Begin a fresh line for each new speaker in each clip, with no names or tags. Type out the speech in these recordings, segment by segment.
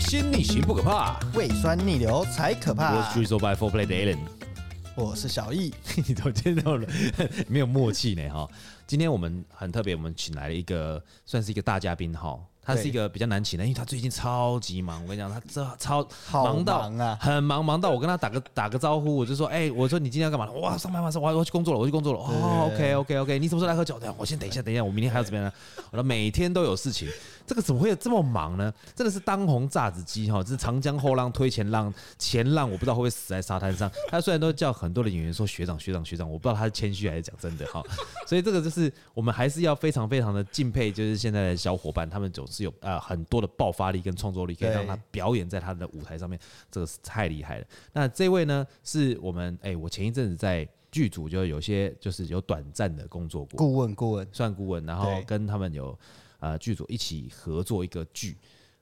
先逆行不可怕。
胃酸逆流才可怕。
我是 Drizzle by Four Play 的 Alan。
我是小易，
你怎么今天这么 没有默契呢？哈，今天我们很特别，我们请来了一个算是一个大嘉宾哈，他是一个比较难请的，因为他最近超级忙。我跟你讲，他这超
好
到
忙啊
很忙，忙到我跟他打个打个招呼，我就说，哎、我说你今天要干嘛？哇，上班吗？上班我要去工作了，我去工作了。哦，OK OK OK，你什么时候来喝酒？等一下我先等一下，等一下，我明天还要怎么样呢？啊我说每天都有事情，这个怎么会有这么忙呢？真的是当红炸子鸡哈，这是长江后浪推前浪，前浪我不知道会不会死在沙滩上。他虽然都叫很多的演员说学长学长学长，我不知道他是谦虚还是讲真的哈。所以这个就是我们还是要非常非常的敬佩，就是现在的小伙伴，他们总是有呃很多的爆发力跟创作力，可以让他表演在他的舞台上面，这个是太厉害了。那这位呢，是我们哎、我前一阵子在剧组就有些就是有短暂的工作过，
顾问顾问，
算顾问，然后
对
跟他们有呃剧组一起合作一个剧，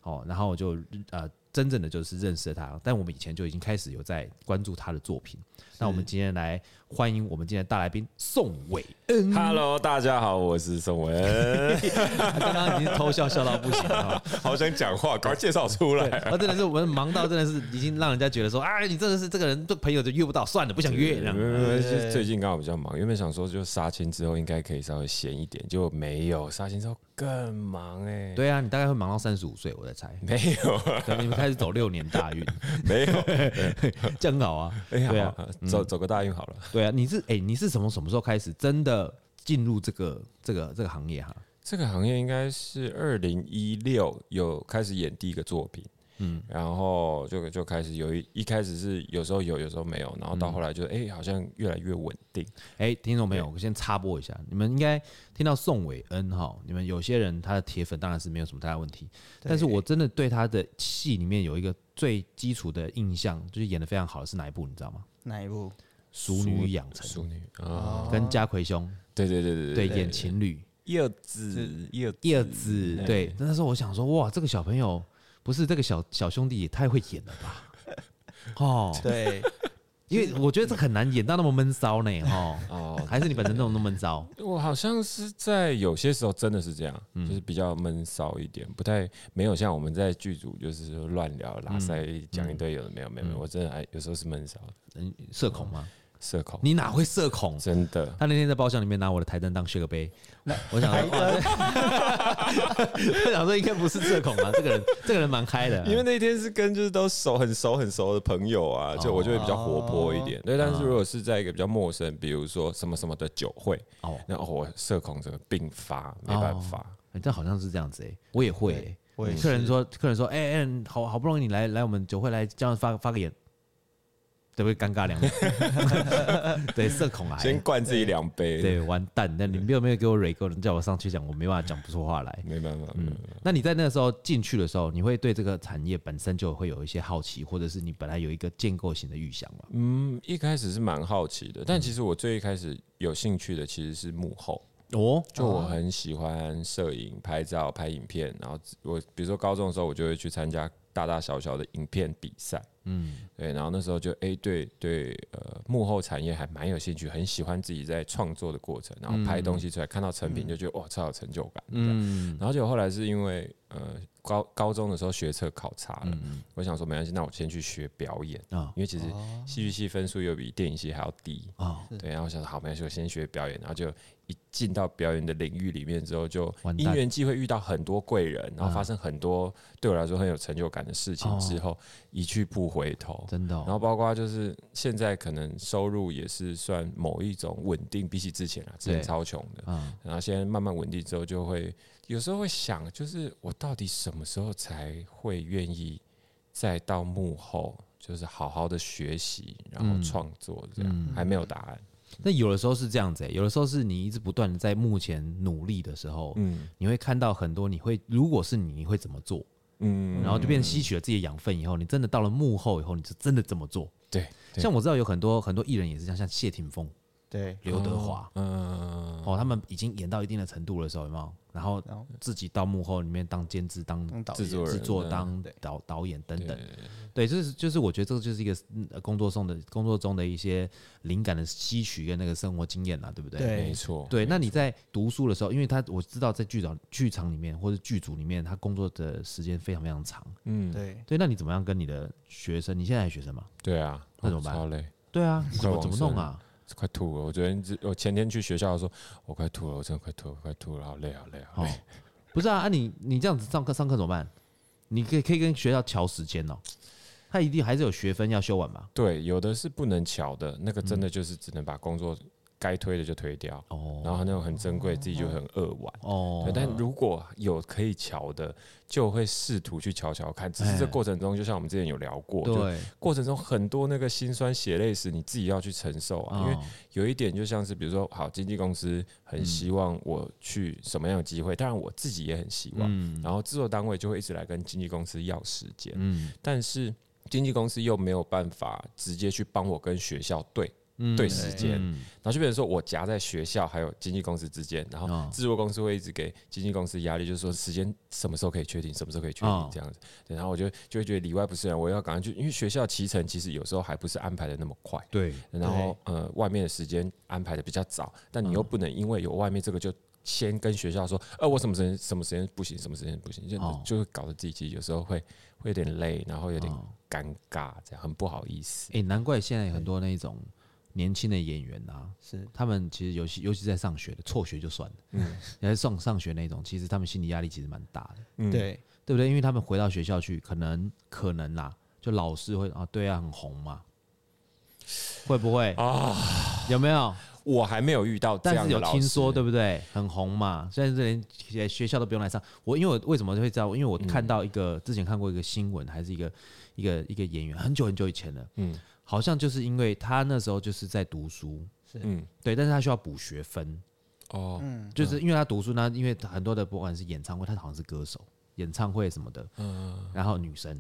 哦，然后就呃真正的就是认识了他，但我们以前就已经开始有在关注他的作品。那我们今天来欢迎我们今天的大来宾宋伟 恩，
Hello，大家好，我是宋文，
刚刚已经偷笑笑到不行了。
好想讲话，赶快介绍出
对，
来。
啊，真的是我们忙到真的是已经让人家觉得说，啊，你真的是这个人，这朋友就约不到，算了，不想约这样。
啊对呃最近刚好比较忙，原本想说就杀青之后应该可以稍微闲一点，就没有杀青之后更忙哎、
对啊，你大概会忙到三十五岁，我在猜。
没 有
可能你们开始走六年大运，
没有，
这样很好啊。
哎呀、
对啊，
走走个大运好了。
对啊，你是哎、你是什么什么时候开始真的进入这个这个这个行业哈？
这个行业应该是二零一六有开始演第一个作品，嗯，然后就就开始有一一开始是有时候有，有时候没有，然后到后来就哎、好像越来越稳定。
哎、听众朋友，我先插播一下，你们应该听到宋伟恩哈，你们有些人他的铁粉当然是没有什么太大问题，但是我真的对他的戏里面有一个最基础的印象，就是演的非常好的是哪一部，你知道吗？
哪一部？哦
熟女养成
淑女啊，
跟家奎兄
对对对对
对演情侣
叶子叶
叶子对，那时候我想说哇，这个小朋友不是这个小小兄弟也太会演了吧？哦，
对，
因为我觉得这很难演到那么闷骚呢，哈。哦，还是你本身那种那么闷骚，
我好像是在有些时候真的是这样，就是比较闷骚一点，不太没有像我们在剧组就是乱聊拉塞讲一堆有的没有没有没有，我真的还有时候是闷骚的
嗯，社恐吗？
社恐，
你哪会社恐？
真的
他那天在包厢里面拿我的台灯当雪个杯，我想说，哇这 我想说应该不是社恐啊，这个人这个人蛮开的啊，
因为那天是跟就是都熟很熟很熟的朋友啊，就我就会比较活泼一点。对，嗯但是如果是在一个比较陌生，比如说什么什么的酒会，
哦
哦，那哦我社恐整个病发，没办法。
人家好像是这样子哎，我也会欸，
我也
客人说客人说，哎哎，好好不容易你来来我们酒会来，这样发发个言，对不对？尴尬两秒， 对，社恐啊，
先灌自己两杯，
对，完蛋！那你没有没有给我蕊够，你叫我上去讲，我没办法讲不出话来。
没办法，嗯，
那你在那个时候进去的时候，你会对这个产业本身就会有一些好奇，或者是你本来有一个建构型的预想嘛？
嗯，一开始是蛮好奇的，但其实我最一开始有兴趣的其实是幕后，
哦，
就我很喜欢摄影、拍照、拍影片，然后我比如说高中的时候，我就会去参加大大小小的影片比赛，嗯，对，然后那时候就哎、对对，呃，幕后产业还蛮有兴趣，很喜欢自己在创作的过程，然后拍东西出来，看到成品就觉得、哇，超有成就感，嗯，然后就后来是因为呃高高中的时候学测考差了，我想说没关系，那我先去学表演
啊
啊，因为其实戏剧系分数又比电影系还要低
哦
对，然后我想说好，没关系，我先学表演，然后就一进到表演的领域里面之后，就
完蛋嗯
因缘际会遇到很多贵人，然后发生很多对我来说很有成就感的事情之后，一去不回头，
哦真的哦
然后包括就是现在可能收入也是算某一种稳定，比起之前啊，之前
对
超穷的，
啊，
然后现在慢慢稳定之后，就会有时候会想，就是我到底什么时候才会愿意再到幕后，就是好好的学习，然
嗯
后创作这样，还没有答案。
那有的时候是这样子、欸，有的时候是你一直不断的在目前努力的时候，
嗯
你会看到很多，你会如果是你，你会怎么做？
嗯，
然后就变成吸取了自己的养分以后，你真的到了幕后以后，你就真的这么做。
对，对
像我知道有很多很多艺人也是这样，像谢霆锋，
对，
刘德华，
嗯，
哦，他们已经演到一定的程度的时候，有没有？然后
然后
自己到幕后里面当监制、当
当导
制作
演
人
制作、
嗯
当
对
导导演等等。对，就是就是，我觉得这个就是一个嗯呃工作中的工作中的一些灵感的吸取跟那个生活经验啊啦，对不对？
对
没错，
对，那你在读书的时候，因为他我知道在剧场剧场里面或者剧组里面，他工作的时间非常非常长。
嗯，
对，
对，那你怎么样跟你的学生？你现在还学生吗？
对啊，
那怎么办
超累，
对啊，你怎
快
么
往
怎么
生
弄啊？
快吐了。我昨天我前天去学校的时候，我快吐了，我真的快吐了，快吐了，好累，好累，好
哦
累。，
不是啊，啊你你这样子上课上课怎么办？你可以可以跟学校调时间哦，他一定还是有学分要修完吧？
对，有的是不能瞧的，那个
嗯
真的就是只能把工作该推的就推掉，然
哦
后那种很珍贵，自己就很扼腕。对，
哦，
但如果有可以瞧的，就会试图去瞧瞧看。只是这
哎
过程中，就像我们之前有聊过，就
对，
过程中很多那个辛酸血泪史，你自己要去承受啊。因为
哦
有一点就像是，比如说，好，经纪公司很
嗯
希望我去什么样的机会，当然我自己也很希望。
嗯
然后制作单位就会一直来跟经纪公司要时间，
嗯
但是经纪公司又没有办法直接去帮我跟学校对，
嗯
对时间
嗯
然后就变成说我夹在学校还有经纪公司之间，然
哦
后制作公司会一直给经纪公司压力，就是说时间什么时候可以确定，什么时候可以确定
哦
这样子。对，然后我就就会觉得里外不是人，我要赶快去，因为学校骑程其实有时候还不是安排的那么快，
对，嗯
然后呃外面的时间安排的比较早，但你又不能因为有外面这个就。先跟学校说，呃，我什么时间什么时间不行，什么时间不行，就、
哦
就会搞得自己其实有时候会会有点累，然后有点
哦
尴尬，这样很不好意思。
哎，难怪现在有很多那种年轻的演员啊，
是
他们其实尤其尤其在上学的辍学就算了，
嗯
然后上上学那种，其实他们心理压力其实蛮大的，
嗯，
对
对不对？因为他们回到学校去，可能可能啦，就老师会啊，对啊，很红嘛，会不会啊？有没有？
我还没有遇到这
但
样
是
的
有
老
听说
师
对不对？很红嘛，现在这连学学校都不用来上。我因为我为什么会知道？因为我看到一个、之前看过一个新闻，还是一个一个一个演员，很久很久以前了，
嗯
好像就是因为他那时候就是在读书，
嗯，
对，但是他需要补学分，
哦，
就是因为他读书呢，因为很多的不管是演唱会，他好像是歌手，演唱会什么的，
嗯
然后女生，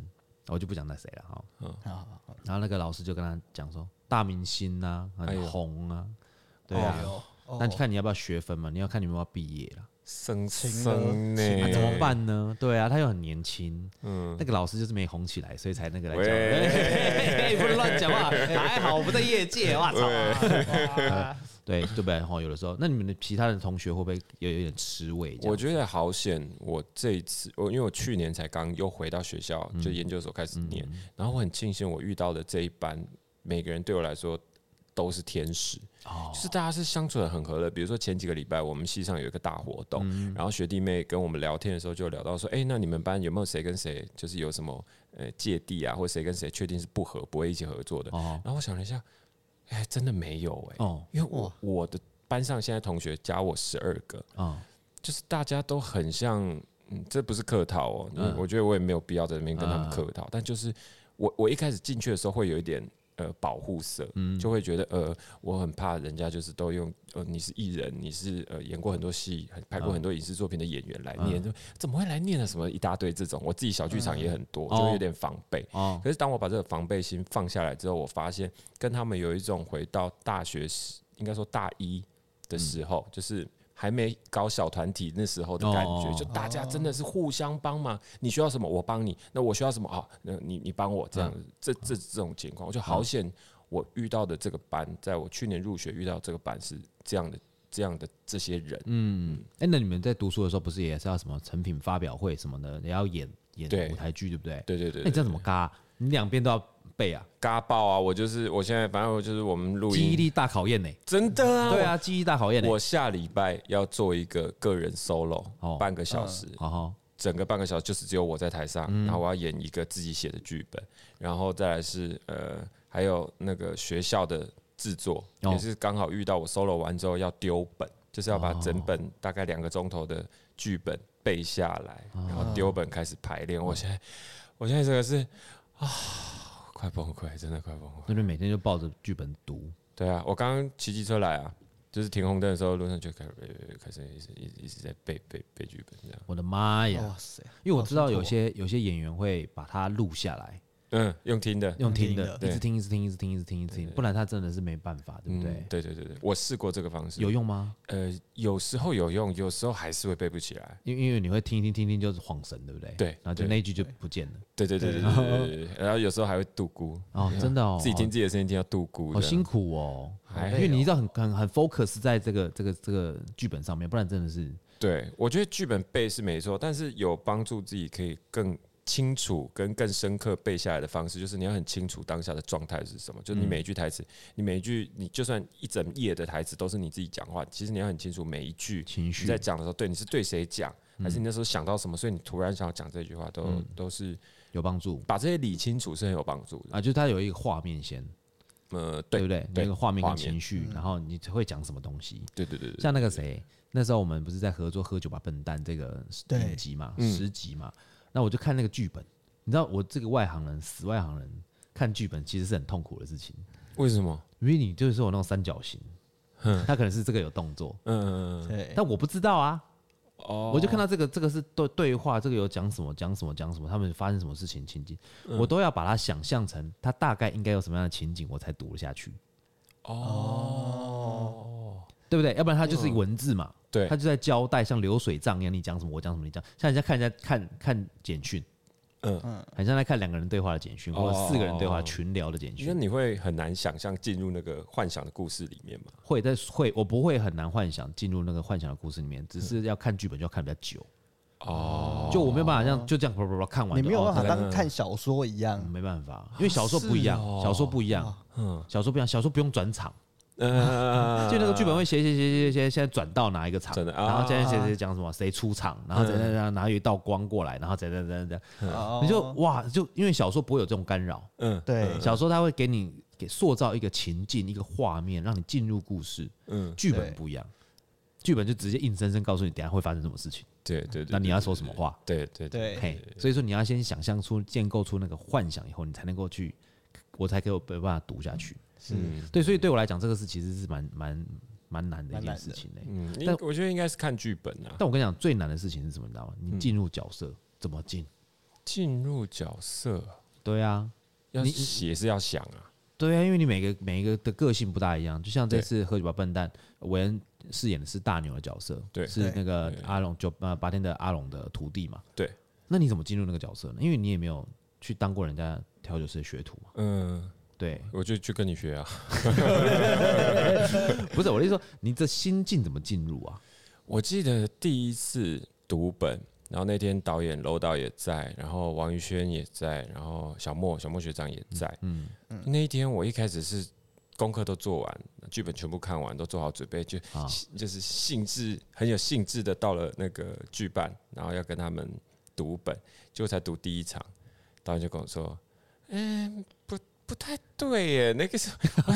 我就不讲那谁了哈，
啊，
然后那个老师就跟他讲说，大明星啊，
哎呦
很红啊，对啊，
哦
那你看你要不要学分嘛？你要看你有没有毕业了，
生
情
生呢、
那啊怎么？办呢？对啊，他又很年轻，
嗯，
那个老师就是没红起来，所以才那个来讲。
喂
哎 不能乱讲 话，还好我不在业界，哇操！
哇
对对不对？哈，有的时候，那你们的其他的同学会不会有有点吃味这样？
我觉得好险，我这一次我因为我去年才刚又回到学校，
嗯
就研究所开始念，然后我很庆幸我遇到的这一班，每个人对我来说。都是天使，
哦
就是大家是相处的很和乐。比如说前几个礼拜，我们系上有一个大活动，
嗯
然后学弟妹跟我们聊天的时候就聊到说，哎、那你们班有没有谁跟谁就是有什么呃芥蒂啊，或谁跟谁确定是不合，不会一起合作的？
哦
然后我想了一下，哎、真的没有哎、
哦
因为我我的班上现在同学加我十二个，
哦，
就是大家都很像，嗯，这不是客套哦、嗯，我觉得我也没有必要在那边跟他们客套，但就是我我一开始进去的时候会有一点。呃，保护色，就会觉得呃，我很怕人家就是都用呃，你是艺人，你是呃演过很多戏、很拍过很多影视作品的演员来念，就怎么会来念啊？什么一大堆这种，我自己小剧场也很多，就会有点防备。
哦
可是当我把这个防备心放下来之后，我发现跟他们有一种回到大学时，应该说大一的时候，
嗯
就是还没搞小团体那时候的感觉，
哦
就大家真的是互相帮忙。你需要什么，我帮你；那我需要什么，好，那你你帮我这
嗯
样子。这这这种情况，我就好险，我遇到的这个班，在我去年入学遇到这个班是这样的。这样的这些人，
嗯，哎、那你们在读书的时候不是也是要什么成品发表会什么的，也要演演
对
舞台剧，对不对？
对对对
那你哎这样怎么嘎、你两边都要背啊，
嘎爆啊！我就是我现在，反正我就是我们录
记忆
音，
力大考验呢、
真的啊，
对啊，记忆大考验呢、
我下礼拜要做一个个人 solo，、
哦
半个小时，
好好，
整个半个小时就是只有我在台上，
嗯
然后我要演一个自己写的剧本，然后再来是呃，还有那个学校的制作，
哦
也是刚好遇到我 solo 完之后要丢本，就是要把整
哦
本大概两个钟头的剧本背下来，
哦
然后丢本开始排练。我现在，我现在这个是啊，快崩溃，真的快崩溃。
那就每天就抱着剧本读。
对啊，我刚刚骑机车来啊，就是停红灯的时候，路上就开始呃开始一直一直一直在背背背剧本这样。哦
我的妈呀！
哦哇塞，
因为我知道有些有些演员会把它录下来，
嗯，用听的，
用听的一
用，
听的
直听，一直听，一直听，一直听，一直听，不然他真的是没办法，对不
嗯
对？
对对对对，我试过这个方式，
有用吗？
呃，有时候有用，有时候还是会背不起来。
因因为你会听一听听一听就是晃神，对不对？
对
然后就
对
那一句就不见了。
对对对对对对对 对，然后有时候还会度孤，
哦，真的哦，
自己听自己的声音听到度孤，
好
这样
辛苦哦，
还
因为你一直很很很 focus 在这个这个这个剧本上面，不然真的是
对，我觉得剧本背是没错，但是有帮助自己可以更清楚跟更深刻背下来的方式，就是你要很清楚当下的状态是什么。就是你每一句台词，你每一句，你就算一整页的台词都是你自己讲话，其实你要很清楚每一句嗯
情
你
绪
在讲的时候，对你是对谁讲，还是你那时候想到什么，所以你突然想要讲这句话，都、都是
有帮助
把这些理清楚是很有帮助的。
啊，就是它有一个画面先，
呃，
对
对
不对？有
对
一个画面
画
跟
面嗯
情绪，然后你会讲什么东西？
对对对对，
像那个谁，那时候我们不是在合作《喝酒吧笨蛋》这个
对
影集嘛，
嗯
十集嘛，那我就看那个剧本，你知道我这个外行人，死外行人看剧本其实是很痛苦的事情，
为什么？
因为你就是有那种三角形，他可能是这个有动作，
嗯嗯，嗯嗯
对，
但我不知道啊，
哦
我就看到这个，这个是对对话，这个有讲什么讲什么讲什么，他们发生什么事情情景，
嗯
我都要把它想象成他大概应该有什么样的情景，我才读得下去，
哦，嗯
对不对？要不然它就是文字嘛，
对
他，就在交代，像流水账一样，你讲什么我讲什么，你讲，像人家看人家看看简讯，
嗯
嗯，很像在看两个人对话的简讯，或者四个人对话
哦
群聊的简
那
讯，
你会很难想象进入那个幻想的故事里面吗？
会在会，我不会很难幻想进入那个幻想的故事里面，只是要看剧本就要看比较久，
嗯哦，
就我没有办法这样就这样啪啪啪啪看完
你
就，
没有
哦
办法
大概
当看小说一样，
没办法，因为小说不一样
是哦，
小说不一样，
嗯，
小说不一样，小说不用转场，
呃
就那个剧本会写写写写写，现在转到哪一个场，
真的啊
然后现在写写讲什么，谁出场，然后怎样怎样，然后有一道光过来，然后怎样怎样怎样，
哦
嗯你就哇，就因为小说不会有这种干扰，
嗯
对
小说它会给你给塑造一个情境、一个画面，让你进入故事。
嗯，
剧本
对
不一样，剧本就直接硬生生告诉你等一下会发生什么事情，
对对对，
那你要说什么话，
对对对，
对，
嘿，所以说你要先想象出、建构出那个幻想以后，你才能够去，我才可以有办法读下去。
嗯
对，所以对我来讲，这个是其实是蛮蛮蛮难的一
蛮
件
难
事
的
情嘞、
嗯，
但
但我觉得应该是看剧本啊，
但我跟你讲，最难的事情是什么？你知道吗？
嗯
你进入角色、怎么进？
进入角色
对啊，
要
你
写是要想啊，
对啊，因为你每个每一个的个性不大一样。就像这
对
次《喝酒吧笨蛋》，韦恩饰演的是大牛的角色，
对
是那个
对
阿龙九呃八天的阿龙的徒弟嘛。
对，
那你怎么进入那个角色呢？因为你也没有去当过人家调酒师的学徒嘛。
嗯，
对，
我就去跟你学啊，
不是我的意思说，你这心境怎么进入啊？
我记得第一次读本，然后那天导演楼导也在，然后王宇轩也在，然后小莫小莫学长也在。嗯，那一天我一开始是功课都做完，剧本全部看完，都做好准备，就、
啊
就是兴致很有兴致的到了那个剧办，然后要跟他们读本，结果才读第一场，导演就跟我说：“嗯、不不太对耶，那个是。”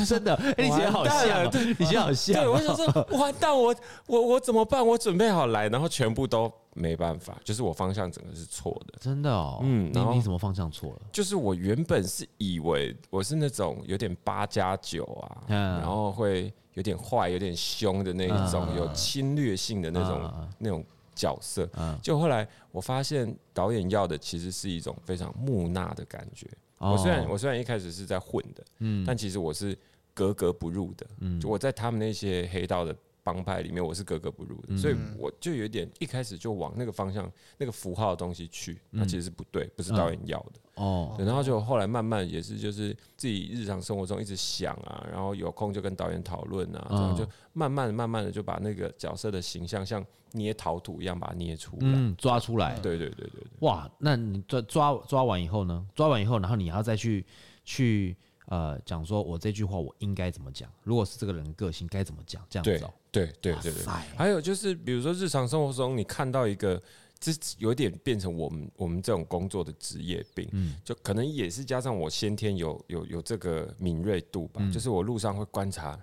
真的，哎你写得好
完蛋
像、
了
哦，你写得好像
对，
哦、
我想说，完蛋，我我我怎么办？我准备好来，然后全部都没办法，就是我方向整个是错的。
真的哦。
嗯然
你
后
你怎么方向错了？
就是我原本是以为我是那种有点八加九啊，
嗯
然后会有点坏、有点凶的那一种，有侵略性的那种、
嗯嗯嗯
那种角色。
嗯
就后来我发现导演要的其实是一种非常木讷的感觉。我虽然
哦
我虽然一开始是在混的，
嗯
但其实我是格格不入的。就我在他们那些黑道的帮派里面，我是格格不入的，
嗯
所以我就有点一开始就往那个方向、那个符号的东西去，
嗯
那其实是不对，不是导演要的。
哦，
对然后就后来慢慢也是就是自己日常生活中一直想啊，然后有空就跟导演讨论啊，
嗯
然后就慢慢慢慢的就把那个角色的形象像捏陶土一样把它捏出来。
嗯，抓出来，
对对对对对，
哇，那你抓抓抓完以后呢？抓完以后，然后你还要再去去呃讲说，我这句话我应该怎么讲？如果是这个人的个性该怎么讲？这样
对
子哦、
对对对对。
塞
还有就是，比如说日常生活中，你看到一个，这有点变成我们我们这种工作的职业病，就可能也是加上我先天有有有这个敏锐度吧，就是我路上会观察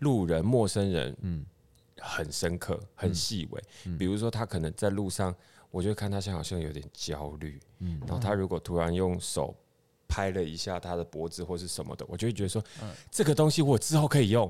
路人、陌生人，嗯，很深刻、很细微。比如说他可能在路上，我就看他现在好像有点焦虑，嗯，然后他如果突然用手。拍了一下他的脖子或是什么的，我就会觉得说，这个东西我之后可以用，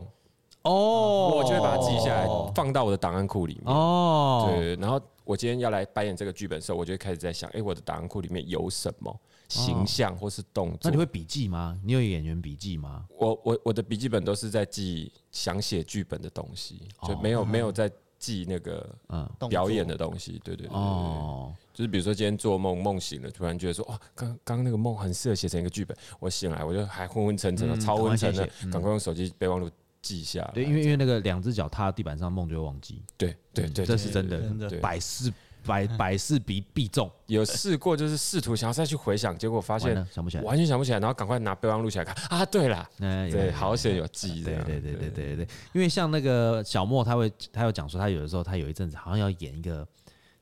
哦，
啊我就会把它记下来
哦，
放到我的档案库里面。
哦，
对，然后我今天要来扮演这个剧本的时候，我就会开始在想，哎、我的档案库里面有什么形象或是动
哦那
作？
你会笔记吗？你有演员笔记吗？
我我我的笔记本都是在记想写剧本的东西，
哦
就没有、没有在记那个
嗯，
动作
表演的东西。对对对对对
哦，
就是比如说今天做梦梦醒了，突然觉得说，哦，刚刚刚那个梦很适合写成一个剧本。我醒来，我就还昏昏沉沉的，
嗯
超昏沉的
赶快写写，嗯
赶快用手机备忘录记下来。
对，因为因为那个两只脚踏地板上，梦就会忘记，
对对
这
对，对
是真的，
真的
对
百事百百事必必中，
有试过，就是试图想要再去回想，结果发
完
现
了想不起来，
完全想不起来，然后赶快拿备忘录起来看啊，对啦，
哎有
对，好险有记这
对
样，
对对对对对，因为像那个小莫，他会他有讲说，他有的时候他有一阵子好像要演一个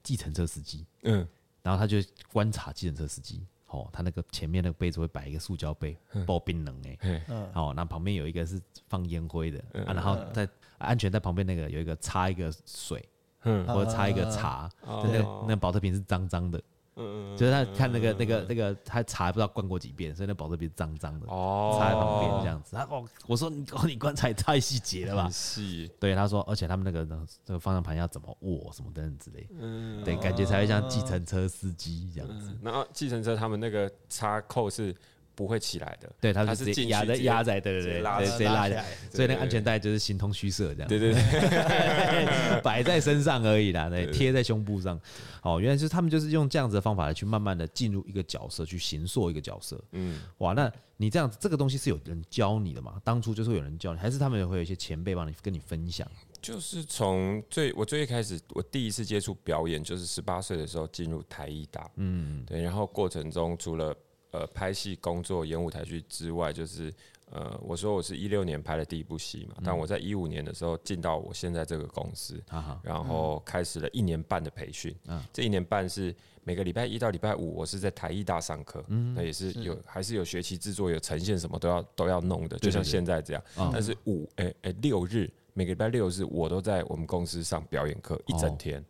计程车司机，
嗯，
然后他就观察计程车司机，哦，他那个前面那个杯子会摆一个塑胶杯，爆冰冷哎，
嗯嘿嗯
嗯，
哦，那旁边有一个是放烟灰的，啊、然后在安全带旁边那个有一个插一个水
嗯
或者插一个茶，就那个
哦
那保特瓶是脏脏的，
嗯
就是他看那个那个那个他茶不知道灌过几遍，所以那保特瓶是脏脏的。
哦
插在旁边这样子，他哦，我说你哦，你观察也太细节了吧
很？细，
对，他说，而且他们那个呢这个方向盘要怎么握什么等等之类，
嗯，
对，感觉才会像计程车司机这样子。
嗯然后计程车他们那个插扣是不会起来的，
对，他们
它
是直
是
接
进去
压在
直接
压在，对
直
对
接
对，
拉
对
起
直接拉
拉
起
起
来
来，
所以那
对对
个
对
安全带就是形同虚设这样，
对对对，
摆在身上而已啦，对，贴在胸部上。哦，原来是他们就是用这样子的方法来去慢慢的进入一个角色，去形塑一个角色。
嗯，
哇，那你这样子，这个东西是有人教你的嘛？当初就是会有人教你，还是他们会有一些前辈帮你跟你分享？
就是从最我最一开始，我第一次接触表演就是十八岁的时候进入台艺大，嗯，对，然后过程中除了呃拍戏、工作、演舞台剧之外，就是呃，我说我是一六年拍的第一部戏嘛，但我在一五年的时候进到我现在这个公司，
哈哈，
然后开始了一年半的培训。这一年半是每个礼拜一到礼拜五，我是在台艺大上课，那也是有还是有学期制作、有呈现什么都要都要弄的，就像现在这样。但是五诶诶六日。每个礼拜六日，我都在我们公司上表演课一整天，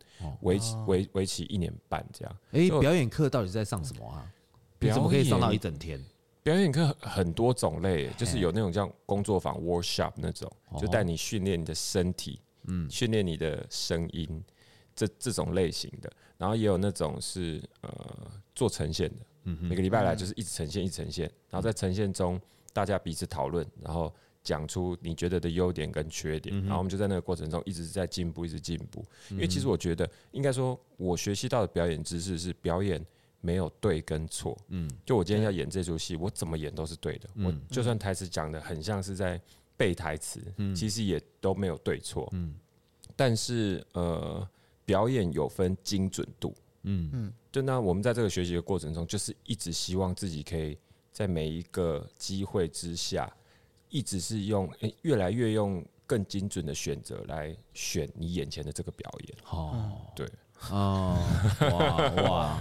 为期为为期一年半这样。
哎、
就
表演课到底是在上什么啊？你怎么可以上到一整天？
表演课很多种类，就是有那种叫工作坊 workshop 那种，就带你训练你的身体，嗯，训练你的声音，这这种类型的。然后也有那种是呃做呈现的，每个礼拜来就是一直呈现，一直呈现。然后在呈现中，大家彼此讨论，然后讲出你觉得的优点跟缺点，然后我们就在那个过程中一直在进步，一直进步。因为其实我觉得，应该说我学习到的表演知识是表演没有对跟错。嗯，就我今天要演这出戏，我怎么演都是对的。我就算台词讲的很像是在背台词，其实也都没有对错。嗯，但是呃，表演有分精准度。
嗯
嗯，就那我们在这个学习的过程中，就是一直希望自己可以在每一个机会之下，一直是用、诶越来越用更精准的选择来选你眼前的这个表演。
嗯
哦，
对，
哦，哇哇哇！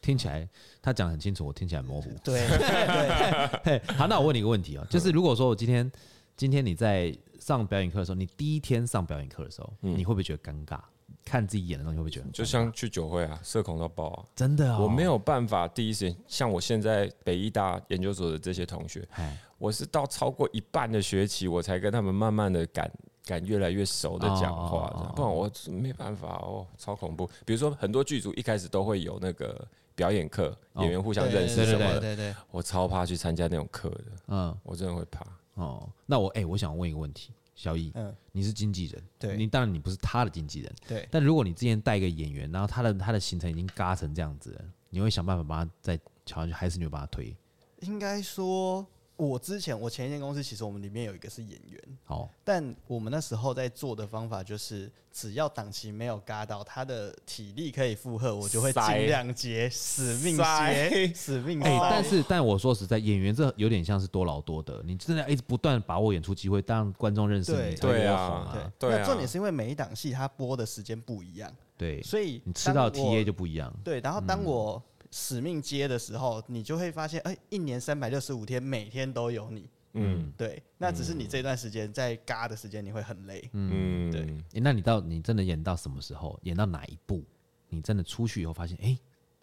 听起来他讲得很清楚，我听起来很模糊。
对 对，嗯
嘿，好，那我问你一个问题啊，就是如果说我今天今天你在上表演课的时候，你第一天上表演课的时候，你会不会觉得尴尬？看自己演的东西会不会觉得很
嗯就像去酒会啊，社恐到爆啊，
真的
哦
啊？
我没，有办法第一时间像我现在北医大研究所的这些同学，
哎，
我是到超过一半的学期，我才跟他们慢慢的敢敢越来越熟的讲话
哦
这样，不然我是没办法哦，超恐怖。比如说很多剧组一开始都会有那个表演课，演
哦
员互相认识
对
什
对
么
对对
的，
对，
我超怕去参加那种课的，
嗯，
我真的会怕。
哦，那我哎、我想问一个问题，小易，
嗯
你是经纪人，
对
你当然你不是他的经纪人，
对
但如果你之前带一个演员，然后他的他的行程已经嘎成这样子了，你会想办法把他再瞧下去，还是你会把他推？
应该说，我之前我前一间公司其实我们里面有一个是演员，
哦，
但我们那时候在做的方法就是，只要档期没有嘎到，他的体力可以负荷，我就会
塞
尽量接，死命
塞
接，死命
哎、
塞。
但是但我说实在，演员这有点像是多劳多得，你真的要一直不断把握演出机会，让观众认识
对
你才会
对
要
啊
红啊
对。，
对啊
那重点是因为每一档戏它播的时间不一样，
对，
所以
你吃到的
当我
TA 就不一样。
对。然后当我死命接的时候，你就会发现，哎、一年三百六十五天，每天都有你。
嗯
对，那只是你这段时间在嘎的时间，你会很累。
嗯，
对
诶那你到你真的演到什么时候？演到哪一步？你真的出去以后发现，哎、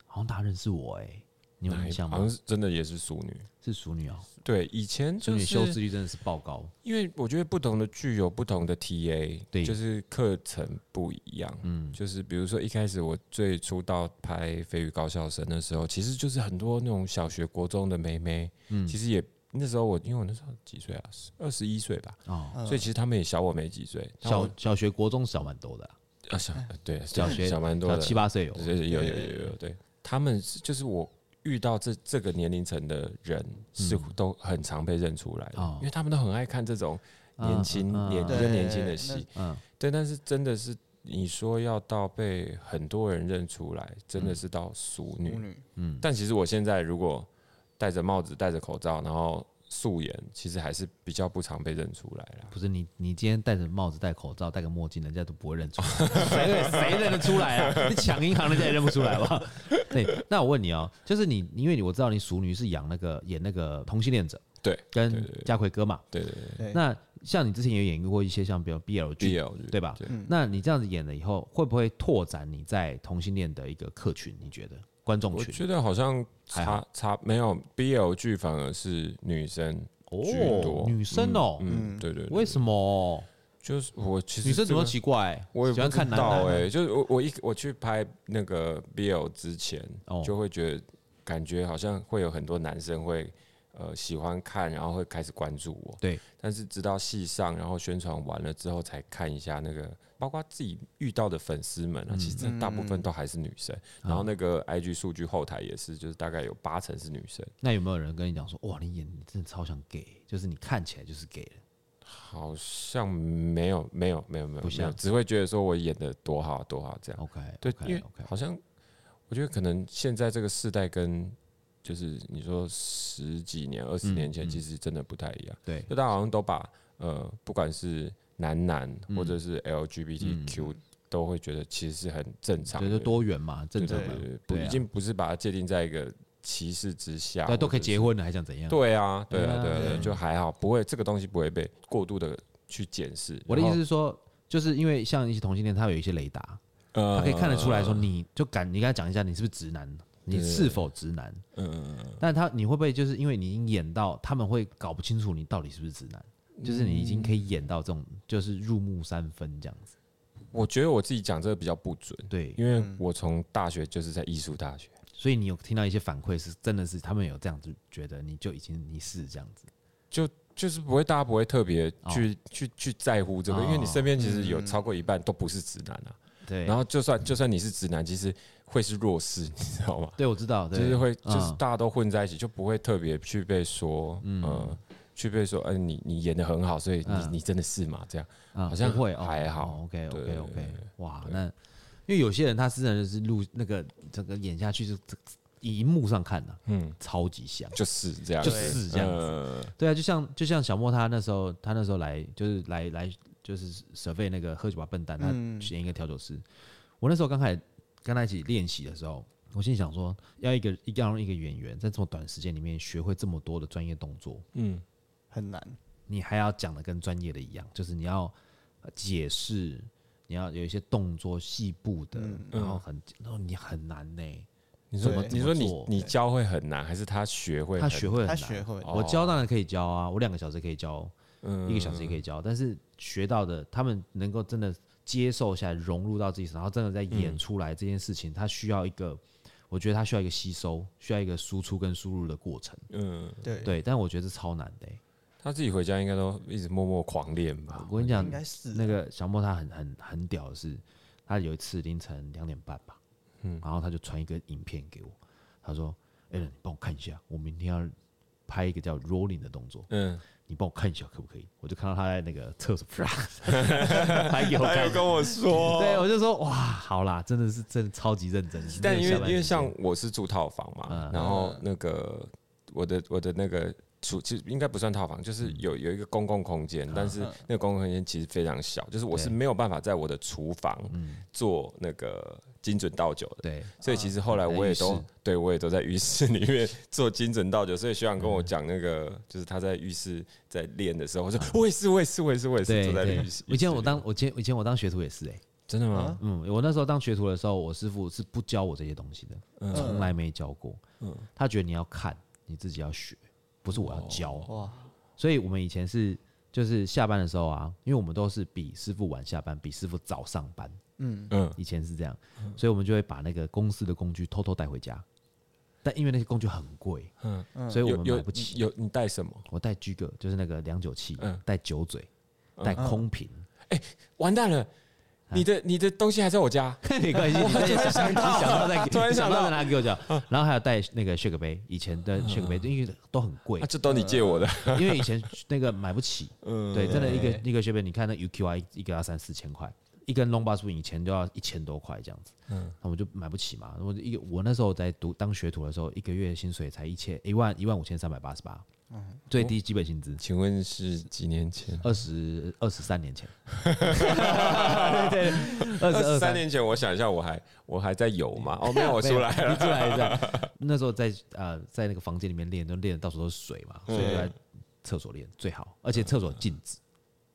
好像大家认识我、诶你有印象
好
吗
像？是真的也是淑女。
是熟女哦，
对，以前
熟
就
女修
是
饰率真的是爆高。
因为我觉得不同的剧有不同的 TA，
对
就是课程不一样。嗯，就是比如说一开始我最出道拍《飞鱼高校生》的时候，其实就是很多那种小学、国中的妹妹，嗯，其实也那时候我因为我那时候几岁啊，二十一岁吧，
哦，
所以其实他们也小我没几岁，但我
小小学、国中小蛮多的啦，
啊小对
小学
小蛮多
小
的，
七八岁有。
哦对对有有有有有，对他们是就是我遇到这这个年龄层的人是都很常被认出来的，
哦
因为他们都很爱看这种年轻
嗯嗯
年
嗯
比较年轻的戏，
嗯，
对，但是真的是你说要到被很多人认出来，真的是到熟
舞
嗯女，嗯
女，
但其实我现在如果戴着帽子戴着口罩，然后素颜，其实还是比较不常被认出来啦。
不是你，你今天戴着帽子、戴口罩、戴个墨镜，人家都不会认出来，谁谁认得出来 啊？你抢银行，人家也认不出来吧？ 对，那我问你哦，就是你，因为你我知道你熟女是养那个演那个同性恋者，
对，对
跟
对对
家奎哥嘛。
对对对
对，
那像你之前也演过一些像比如 BL 剧，
，BL 剧
对吧？
对
那你这样子演了以后，会不会拓展你在同性恋的一个客群？你觉得观众
我
群？
觉得好像
还
差差没有 BL 剧反而是女生居多，
女生哦，
嗯，对对对，
为什么
就是我其实
女生怎么
这个
奇怪？
我也
喜欢看男
到
的
哎，就是我我一我去拍那个 BL 之前
哦，
就会觉得感觉好像会有很多男生会呃喜欢看，然后会开始关注我，
对，
但是直到戏上，然后宣传完了之后，才看一下那个，包括自己遇到的粉丝们
嗯
啊，其实真的大部分都还是女生。然后那个 IG 数据后台也是，就是大概有八成是女生，
那有没有人跟你讲说，哇，你演你真的超像 gay，就是你看起来就是 gay 了？
好像没有没有没有没有
不
没有，
像
只会觉得说我演的多好多好这样。
OK，
对
o
因
k
为
OK，
好像我觉得可能现在这个世代跟就是你说十几年、二十年
嗯
前，其实真的不太一样。
对
就大家好像都把呃，不管是男男或者是 LGBTQ，、都会觉得其实是很正常
对，
的，
就嗯多元嘛，正
对
常
对
嘛
对，对不
对啊
已经不是把它界定在一个歧视之下，
对，都可以
或者是
结婚了，还想怎样？
对啊，对
对啊
啊，对啊，对
对
啊，就还好，不会这个东西不会被过度的去检视。
我的意思
然后，
是说，就是因为像一些同性恋，他有一些雷达，
呃
他可以看得出
嗯
来说，，你就感，你跟他讲一下，你是不是直男，你是否直男？
嗯嗯，嗯
但他你会不会就是因为你已经演到，他们会搞不清楚你到底是不是直男？就是你已经可以演到这种，就是入木三分这样子。
我觉得我自己讲这个比较不准，
对，
因为我从大学就是在艺术大学，
所以你有听到一些反馈是真的是他们有这样子觉得，你就已经你是这样子。
就是不会大家不会特别去、去去在乎这个，
哦
因为你身边其实有超过一半都不是直男啊。
对，
然后就算就算你是直男，其实会是弱势，你知道吗？
对我知道，
就
对
是会就是
嗯
大家都混在一起，就不会特别去被说，呃，去被说，嗯、你你演的很好，所以你、
嗯
你真的是嘛？这样
啊，
好像
不会，哦
还好
哦
对
OK，OK，OK，、
对对对
哇，那因为有些人他真的是录那个整个演下去就这荧幕上看的、
嗯，
超级像。
就是这样，
就是这样子
呃
对啊，就像就像小莫他那时候，他那时候来就是来来就是 survey 那个喝酒吧笨蛋，他
嗯
选一个调酒师。我那时候刚开始跟他一起练习的时候，我心里想说，要一个一要让一个演员在这么短时间里面学会这么多的专业动作，
嗯，
很难，
你还要讲的跟专业的一样，就是你要呃解释，你要有一些动作细部的，
嗯
然后
嗯
很，然后你很难呢、
你说
怎么
你说
怎么
你
做
你教会很难，还是他学会很
他
难？
学会很
他
难，
学会
我教当然可以教啊，我两个小时可以教，
嗯
一个小时也可以教，但是学到的，他们能够真的接受下来，融入到自己，然后真的在演出来这件事情，他需要一个，我觉得他需要一个吸收，需要一个输出跟输入的过程，
嗯，
对，
对，但我觉得这超难的欸、
他自己回家应该都一直默默狂练吧？
我跟你讲
应，该是
那个小莫他很很很屌的是，他有一次凌晨两点半吧，嗯，然后他就传一个影片给我，他说 a l 你帮我看一下，我明天要拍一个叫 rolling 的动作，
嗯，
你帮我看一下可不可以？”我就看到他在那个厕所 拍给我看，
跟我说
对，我就说：“哇，好啦，真的是真的超级认真。”
但
没
因
有
为
下班
因为
时间嗯
像我是住套房嘛，然后那个我的我的那个厨其实应该不算套房，就是
嗯
有有一个公共空间，但是那个公共空间其实非常小，就是我是
对嗯
没有办法在我的厨房做那个精准倒酒的。
对啊
所以其实后来我也
在浴
都
室
对我也都在浴室里 面做精准倒酒，所以学长跟
嗯
我讲那个，就是他在浴室在练的时候，我说我也是，我也是，我也是，我也
嗯
是
对
坐在
对
浴室。，
以前
浴室
我
里
当我以前以前我当学徒也是哎、
真的吗？
嗯，我那时候当学徒的时候，我师傅是不教我这些东西
嗯
的，从来没教过。他觉得你要看，你自己要学，不是
哦
我要教。
哇，
所以我们以前是就是下班的时候啊，因为我们都是比师傅晚下班，比师傅早上班，
嗯，
以前是这样，所以我们就会把那个公司的工具偷偷带回家。但因为那些工具很贵，嗯，所以我
有
们买
有
不起。
有你带什么？
我带居个，就是那个量酒器
嗯，
带酒嘴，带空瓶，
完蛋了，
哎
你的你的东西还 在我家，
没关系，你再想到，想到再
突然想
想
到
到
嗯
再拿给我讲。然后还有带那个 shake 杯，以前的 shake 杯因为都很贵
啊，，这都你借我的，
因为以前那个买不起，
嗯，
对，真的一个
对
一个学费，你看那 UQI 一个要三四千块，一根 long bus 以前就要一千多块这样子，嗯，那我就买不起嘛。我一个我那时候在读当学徒的时候，一个月薪水才一千一万一万五千三百八十八，最低基本薪资，
请问是几年前？
二十二十三年 前，对对，二十
二
二
十三年前，我想一下，我还我还在有吗？哦，没 有，我出来了。
你出来一下。 那时候在呃在那个房间里面练，都练得到处都是水嘛，所以就在厕所练最好，而且厕所禁止。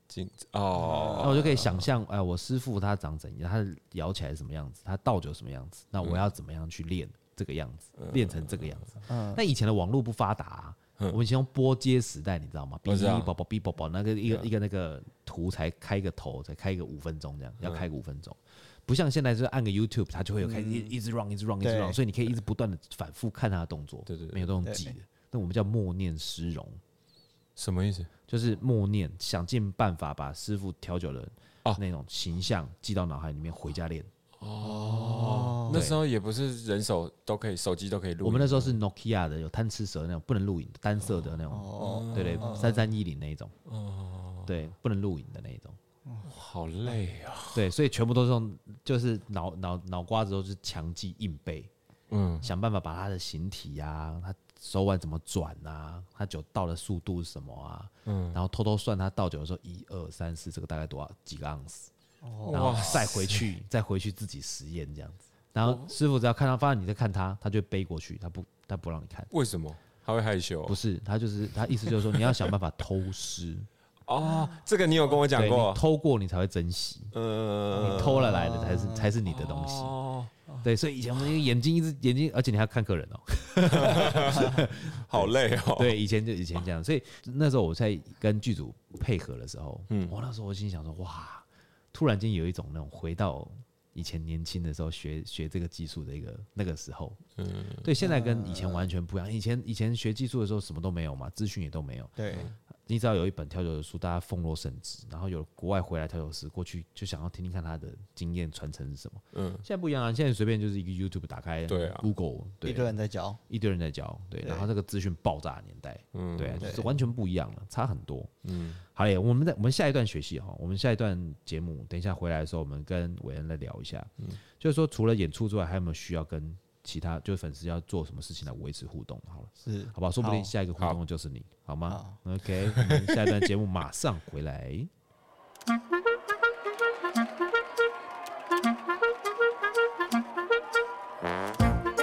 镜子哦，
那我就可以想象，哎，我师傅他长怎样，他摇起来是什么样子，他倒酒什么样子，那
嗯
我要怎么样去练这个样子，练成这个样子。
嗯
那以前的网络不发达啊、我们以前用拨接时代，你知道吗？哔
我知道嗯
哔宝宝哔宝宝，那个一个一个那个图才开个头，才开个五分钟这样，
嗯
要开个五分钟。不像现在就是按个 YouTube，它就会有开始一一直 run 一直 run 一直
对
run，所以你可以一直不断的反复看它的动作，
对对对
没有那种
对
记的。那我们叫默念师容，
什么意思？
就是默念，想尽办法把师傅调酒的
哦
那种形象记到脑海里面，回家练。
哦，那时候也不是人手都可以，手机都可以录。
我们那时候是 Nokia 的，有贪吃蛇那种不能录影的，单色的那
哦
种，对对，三三一零那一种，对，不能录影的那一种。
好累啊，
对，所以全部都是用，就是脑脑脑瓜子都是强记硬背，
嗯，
想办法把他的形体啊，他手腕怎么转啊，他酒倒的速度是什么啊，嗯，然后偷偷算他倒酒的时候，一二三四，这个大概多少几个盎司，然后再回去，再回去自己实验这样子。然
哦
后师傅只要看到发现你在看他，他就背过去，他不他不让你看，
为什么他会害羞
不？是他就是他意思就是说你要想办法偷师，
哦，这个你有跟我 讲
对你
过，
偷过你才会珍惜，
嗯，
你偷了来的才是才是你的东西。
哦，
对，所以以前我们眼睛一直眼睛，而且你还要看客人哦。
好累哦，
对，以前就以前这样，所以那时候我在跟剧组配合的时候，
嗯
我那时候我心想说，哇，突然间有一种那种回到以前年轻的时候学学这个技术的一个那个时候，
嗯
对，现在跟以前完全不一样。以前以前学技术的时候什么都没有嘛，资讯也都没有，
对，
你只要有一本调酒的书，大家奉若神旨，然后有国外回来调酒师过去，就想要听听看他的经验传承是什么。嗯，现在不一样啊，现在随便就是一个 YouTube 打开，
对啊
，Google
一
对
堆人在教，
一堆人在教，对，
对
然后这个资讯爆炸的年代，嗯，对啊，就是
对
完全不一样了，差很多。嗯，好嘞，我们在我们下一段学习哈，我们下一段节目，等一下回来的时候，我们跟伟恩来聊一下，就是说除了演出之外，还有没有需要跟其他就是粉丝要做什么事情来维持互动？好了，
是
好不好？说不定
好
下一个互动的就是你，好吗？OK，我们下一段节目马上回来。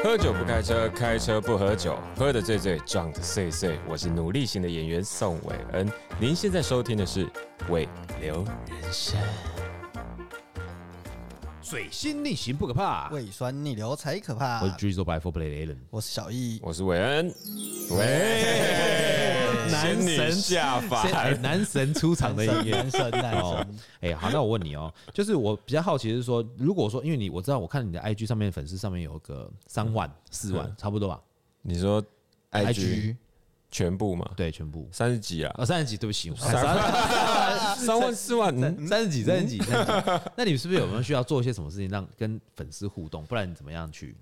喝酒不开车，开车不喝酒，喝的醉醉，撞的碎碎。我是努力型的演员宋伟恩，您现在收听的是《伟流人生》。
水星逆行不可怕，
胃酸逆流才可怕
啊我。是 Drizzle by Four Play Allen。
我是小易，
我是伟恩，喂，
男神
仙女下
先哎
凡，
男神出场的音乐，
男神男
哦
神，，
哎、好，那我问你哦，就是我比较好奇的是说，如果说因为你我知道，我看你的 IG 上面粉丝上面有个三万、四万，差不多吧
你说 IG
？IG
全部吗？
对，全部
三十几啊，
啊，三十几，对不起，我看
三万四万，嗯
三十几，三十几，三十几。那你是不是有没有需要做一些什么事情让跟粉丝互动？不然你怎么样去？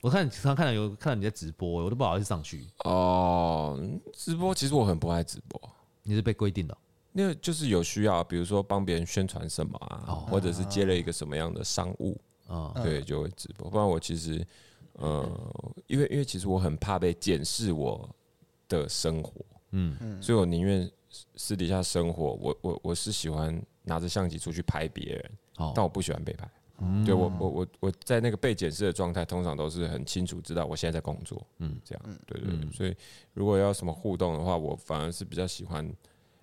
我看你常常看到有看到你在直播，我都不好意思上去。
哦，直播其实我很不爱直播。
你是被规定的哦、
那个就是有需要，比如说帮别人宣传什么啊，或者是接了一个什么样的商务，
啊
对，就会直播。不然我其实，呃，因为因为其实我很怕被检视我的生活，嗯，所以我宁愿私底下生活，我我我是喜欢拿着相机出去拍别人，
哦
但我不喜欢被拍。对我我我我在那个被检视的状态，通常都是很清楚知道我现在在工作，嗯，这样，对对对。所以如果要什么互动的话，我反而是比较喜欢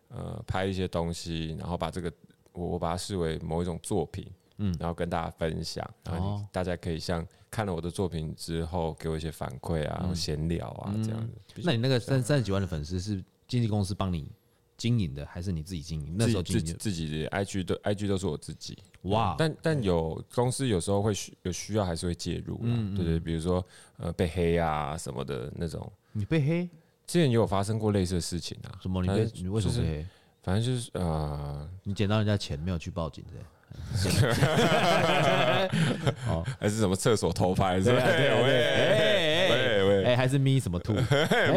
呃拍一些东西，然后把这个我我把它视为某一种作品，嗯，然后跟大家分享，然后
哦
你大家可以像看了我的作品之后，给我一些反馈啊，然后
嗯
闲聊啊这样子。
那你那个三三十几万的粉丝是经纪公司帮你经营的，还是你自己经营？那时候经
自
营
己
就
自己的 IG 都 IG 都是我自己，
哇，
但但有公司有时候会需有需要还是会介入啦，
嗯
对对，比如说呃被黑啊什么的那种，
你被黑
之前也有发生过类似的事情啊。
什么？你被
反
你为什么
就
被
是
黑？
反正就是呃，
你捡到人家钱没有去报警的？
还是什么厕所偷拍是吧？
啊对啊对啊哎哎
喂喂
哎，还是咪什么 兔？
没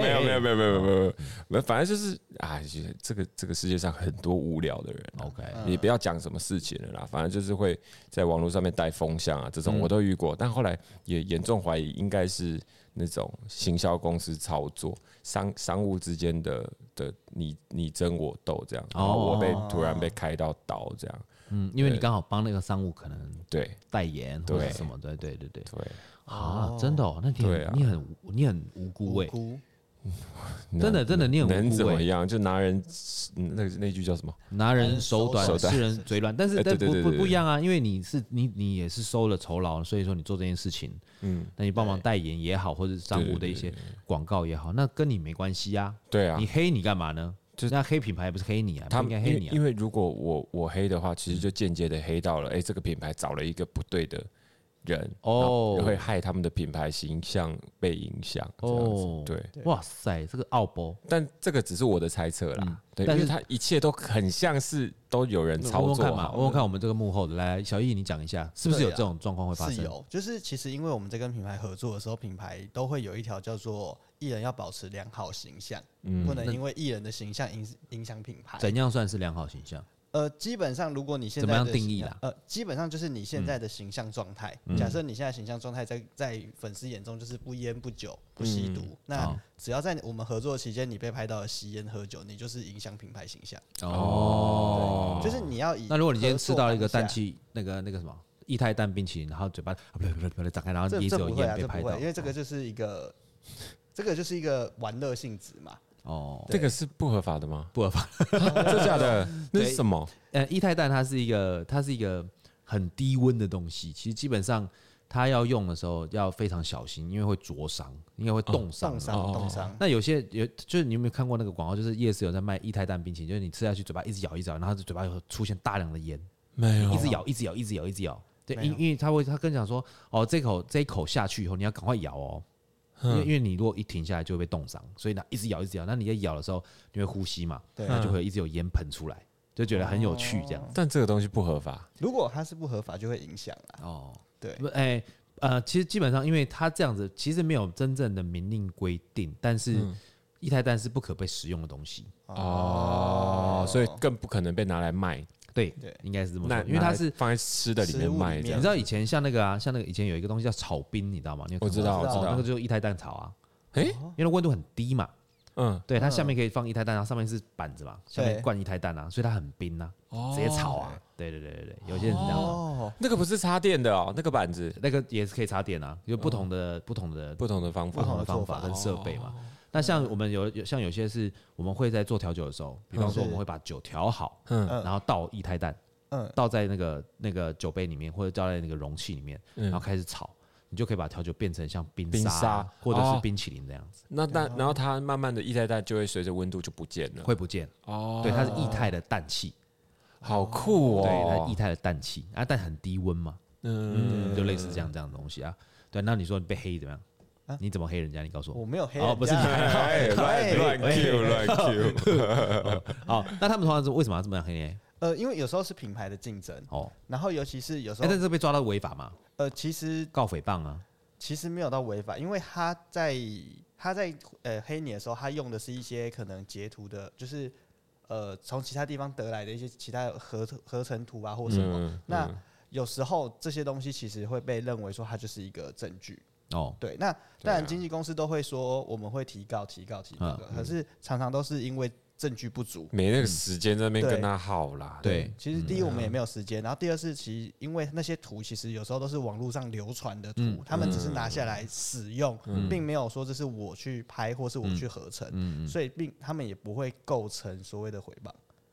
没
有没有没有没有没有没有，反正就是啊，这个这个世界上很多无聊的人啊、
OK，
你不要讲什么事情了啦，反正就是会在网络上面带风向啊，这
嗯
种我都遇过，但后来也严重怀疑应该是那种行销公司操作，商商务之间的的你你争我斗这样，然后我被
哦
突然被开到刀这样，
嗯，因为你刚好帮那个商务可能
对
代言或者
对
什么的，对对对
对，
啊，真的哦，那你
对
很
啊
你很无你很无辜
无
哎，
辜
真的真的你很
能
无
怎
辜
么
哎，
样？就拿人嗯那个那句叫什么？
拿人手短
手，短
吃人嘴软，但是
哎
但
对
不
对对
不
对
不
对
一样啊，因为你是你你也是收了酬劳，所以说你做这件事情，嗯，那你帮忙代言也好，或者是商务的一些广告也好，那跟你没关系呀，
对啊
你，黑你干嘛呢？
就
那黑品牌不是黑你啊，
他
不应
们
该
因
黑
为
你啊嗯
因，为如果我我黑的话，其实就间接的黑到了，哎、这个品牌找了一个不对的人，
哦
然后会害他们的品牌形象被影响，这样子，
哦
对。
哇塞，这个奥博。
但这个只是我的猜测啦，对，
嗯但
因
是
为他一切都很像是都有人操
问问
作
看嘛，
好
问问看
的，
我们这个幕后的，来，小易你讲一下，是不是有
对啊
这种状况会发
是
生？
有，就是其实因为我们在跟品牌合作的时候，品牌都会有一条叫做艺人要保持良好形象，不能因为艺人的形象影影响品牌。
嗯怎样算是良好形象？
呃，基本上如果你现在
怎么样
的
定
形
义啊嗯
象
啦
呃，基本上就是你现在的形象状态。假设你现在形象状态在在粉丝眼中就是不烟不酒不吸毒，
好
那只要在我们合作期间你被拍到了吸烟喝酒，你就是影响品牌形象。
哦，
就是你要以
那如果你今天吃到了一个
合作
氮
啊当下
气，那个那个什么液态氮冰淇淋，然后嘴巴啊不对不对不对张开，然后
这
鼻子
这
有
不会
烟
啊，
被
这
拍
不
到哦
会，因，为这个就是一个，这个就是一个玩乐性质嘛。
哦，？
这个是不合法的吗
不合 法。
这 假的？那是什么？
呃，液态氮它是一个它是一个很低温的东西，其实基本上它要用的时候要非常小心，因为会灼伤，应该会冻伤
哦冻
啊。
伤，冻伤，
那有些有就是你有没有看过那个广告？就是夜市有在卖液态氮冰淇淋，就是你吃下去嘴巴一直咬一直咬，然后嘴巴有出现大量的烟，
没有
一直咬一直咬一直咬一直咬。对，
没有
因因为他会他跟你讲说，哦，这口这一口下去以后，你要赶快咬哦，因为因为你如果一停下来就会被冻伤，所以呢一直咬一直咬，那你在咬的时候你会呼吸嘛，
对
那就会一直有烟喷出来，就觉得很有趣这样子。
但这个东西不合法，
如果它是不合法，就会影响啊。
哦，
对，
不，哎、呃，其实基本上，因为它这样子，其实没有真正的明令规定，但是
嗯
液态氮是不可被食用的东西。
哦，所以更不可能被拿来卖。
对，
对
应该是这么
那
说，因为它是
拿来放在吃的里
食
面
物里
卖，
面
这
你
样
知道以前像那个啊，像那个以前有一个东西叫草冰，你知道吗？你有看
我知道
过吗
我知
哦
道
那个就是液态氮草啊，
诶
因为温度很低嘛，
嗯，
对，它下面可以放液态氮，然后啊上面是板子嘛，下面
对
灌液态氮啊，所以它很冰啊，直接炒啊，对对对对对，有些人是这样的，
哦，
那个不是插电的哦，那个板子
那个也是可以插电啊，有不同的不同的
不同的方法
不同的
的
方
做
法哦
法
跟设备嘛。那像我们有有像有些是我们会在做调酒的时候，比方说
是
我们会把酒调好，
嗯
然后倒液态氮，
嗯
倒在那个那个酒杯里面或者倒在那个容器里面，然后开始炒，你就可以把调酒变成像冰
冰
沙
沙
或者是
哦
冰淇淋这样子，
那但然后它慢慢的液态氮就会随着温度就不见了。
会不见。
哦，
对，它是液态的氮气，
好酷
对，它是
哦
液。态的氮气啊，但很低温嘛，嗯，就类似这样这样的东西啊。对，那你说你被黑怎么样？你怎么黑人家？你告诉我
我。没有黑人家，
哦不是你
哎，
哎
乱乱 Q 乱 Q，
好，哦那他们通常是为什么要这么样黑呢？
呃，因为有时候是品牌的竞争，
哦，
然后尤其是有时
哎，
候
但，是被抓到违法嘛？
呃，其实
告诽谤啊，
其实没有到违法，因为他在他在呃黑你的时候，他用的是一些可能截图的，就是呃从其他地方得来的一些其他合合成图啊或什么。
嗯
那有时候这些东西其实会被认为说它就是一个证据，
哦，
对。那
啊
当然经纪公司都会说我们会提告、提告、提告，
啊
可是常常都是因为证据不足。
没那个时间在那边
对
跟他耗啦。
对，嗯
其实第一我们也没有时间，然后第二是其实因为那些图其实有时候都是网络上流传的图，
嗯
他们只是拿下来使用，并没有说这是
嗯
我去拍或是我去合成，所以并他们也不会构成所谓的回谤。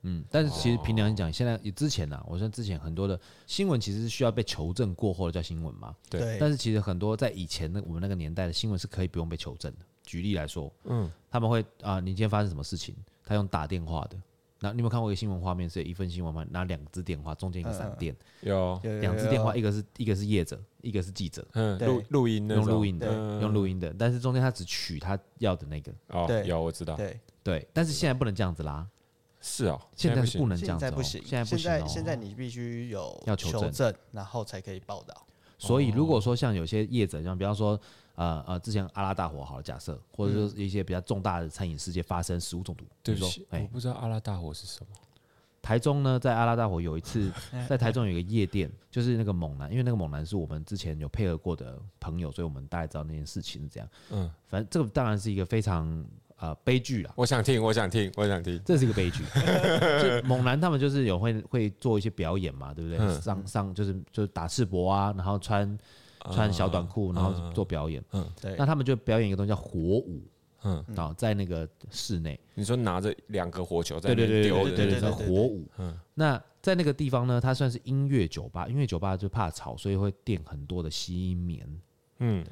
嗯，但是其实凭良心讲，现在之前呢、啊，我说之前很多的新闻其实是需要被求证过后的叫新闻嘛。
对
对，
但是其实很多在以前的我们那个年代的新闻是可以不用被求证的。举例来说，
嗯，
他们会啊、你今天发生什么事情，他用打电话的。那你有没有看过一个新闻画面？是有一份新闻嘛，拿两只电话，中间一个闪电，
嗯
有，
有有
两只
有
电话，一个是一个是业者，一个是记者，
嗯，
对
录录音那
用
种
录音的，
嗯
用录音的。但是中间他只取他要的那个，
哦，
对
有我知道，
对，
对。但是现在不能这样子啦，
是哦，
现在
不
是不
行，
能这
现
样子、
在
哦，
不行，
现在不行、
现
哦
在你必须有
要求证
证，然后才可以报道。
所
哦
以如果说像有些业者，像比方说，呃呃，之前阿拉大火好了，假设或者说是一些比较重大的餐饮事件发生食物中毒，
嗯对
比
哦不
如
起
说，哎、
我不知道阿拉大火是什么，
台中呢，在阿拉大火有一 次，在台中有一个夜店，就是那个猛男，因为那个猛男是我们之前有配合过的朋友，所以我们大概知道那件事情是这样。
嗯，
反正这个当然是一个非常呃悲剧 啦，
我想听，我想听，我想听，
这是一个 悲剧。就猛男他们就是有会会做一些表演嘛，对不对？
嗯
上上就是就是打赤膊啊，然后穿
啊
穿小短裤，然后做表演。
对
那，他们就表演一个东西叫火舞，
嗯
嗯，啊，在那个室内，
你说拿着两个火球在
对
那
对
边
对
丢
对
的
对
那
对，
对
叫
种，
火舞。
嗯
那在那个地方呢，它算是音乐酒吧，音乐酒吧就怕吵，所以会垫很多的吸音棉。
嗯，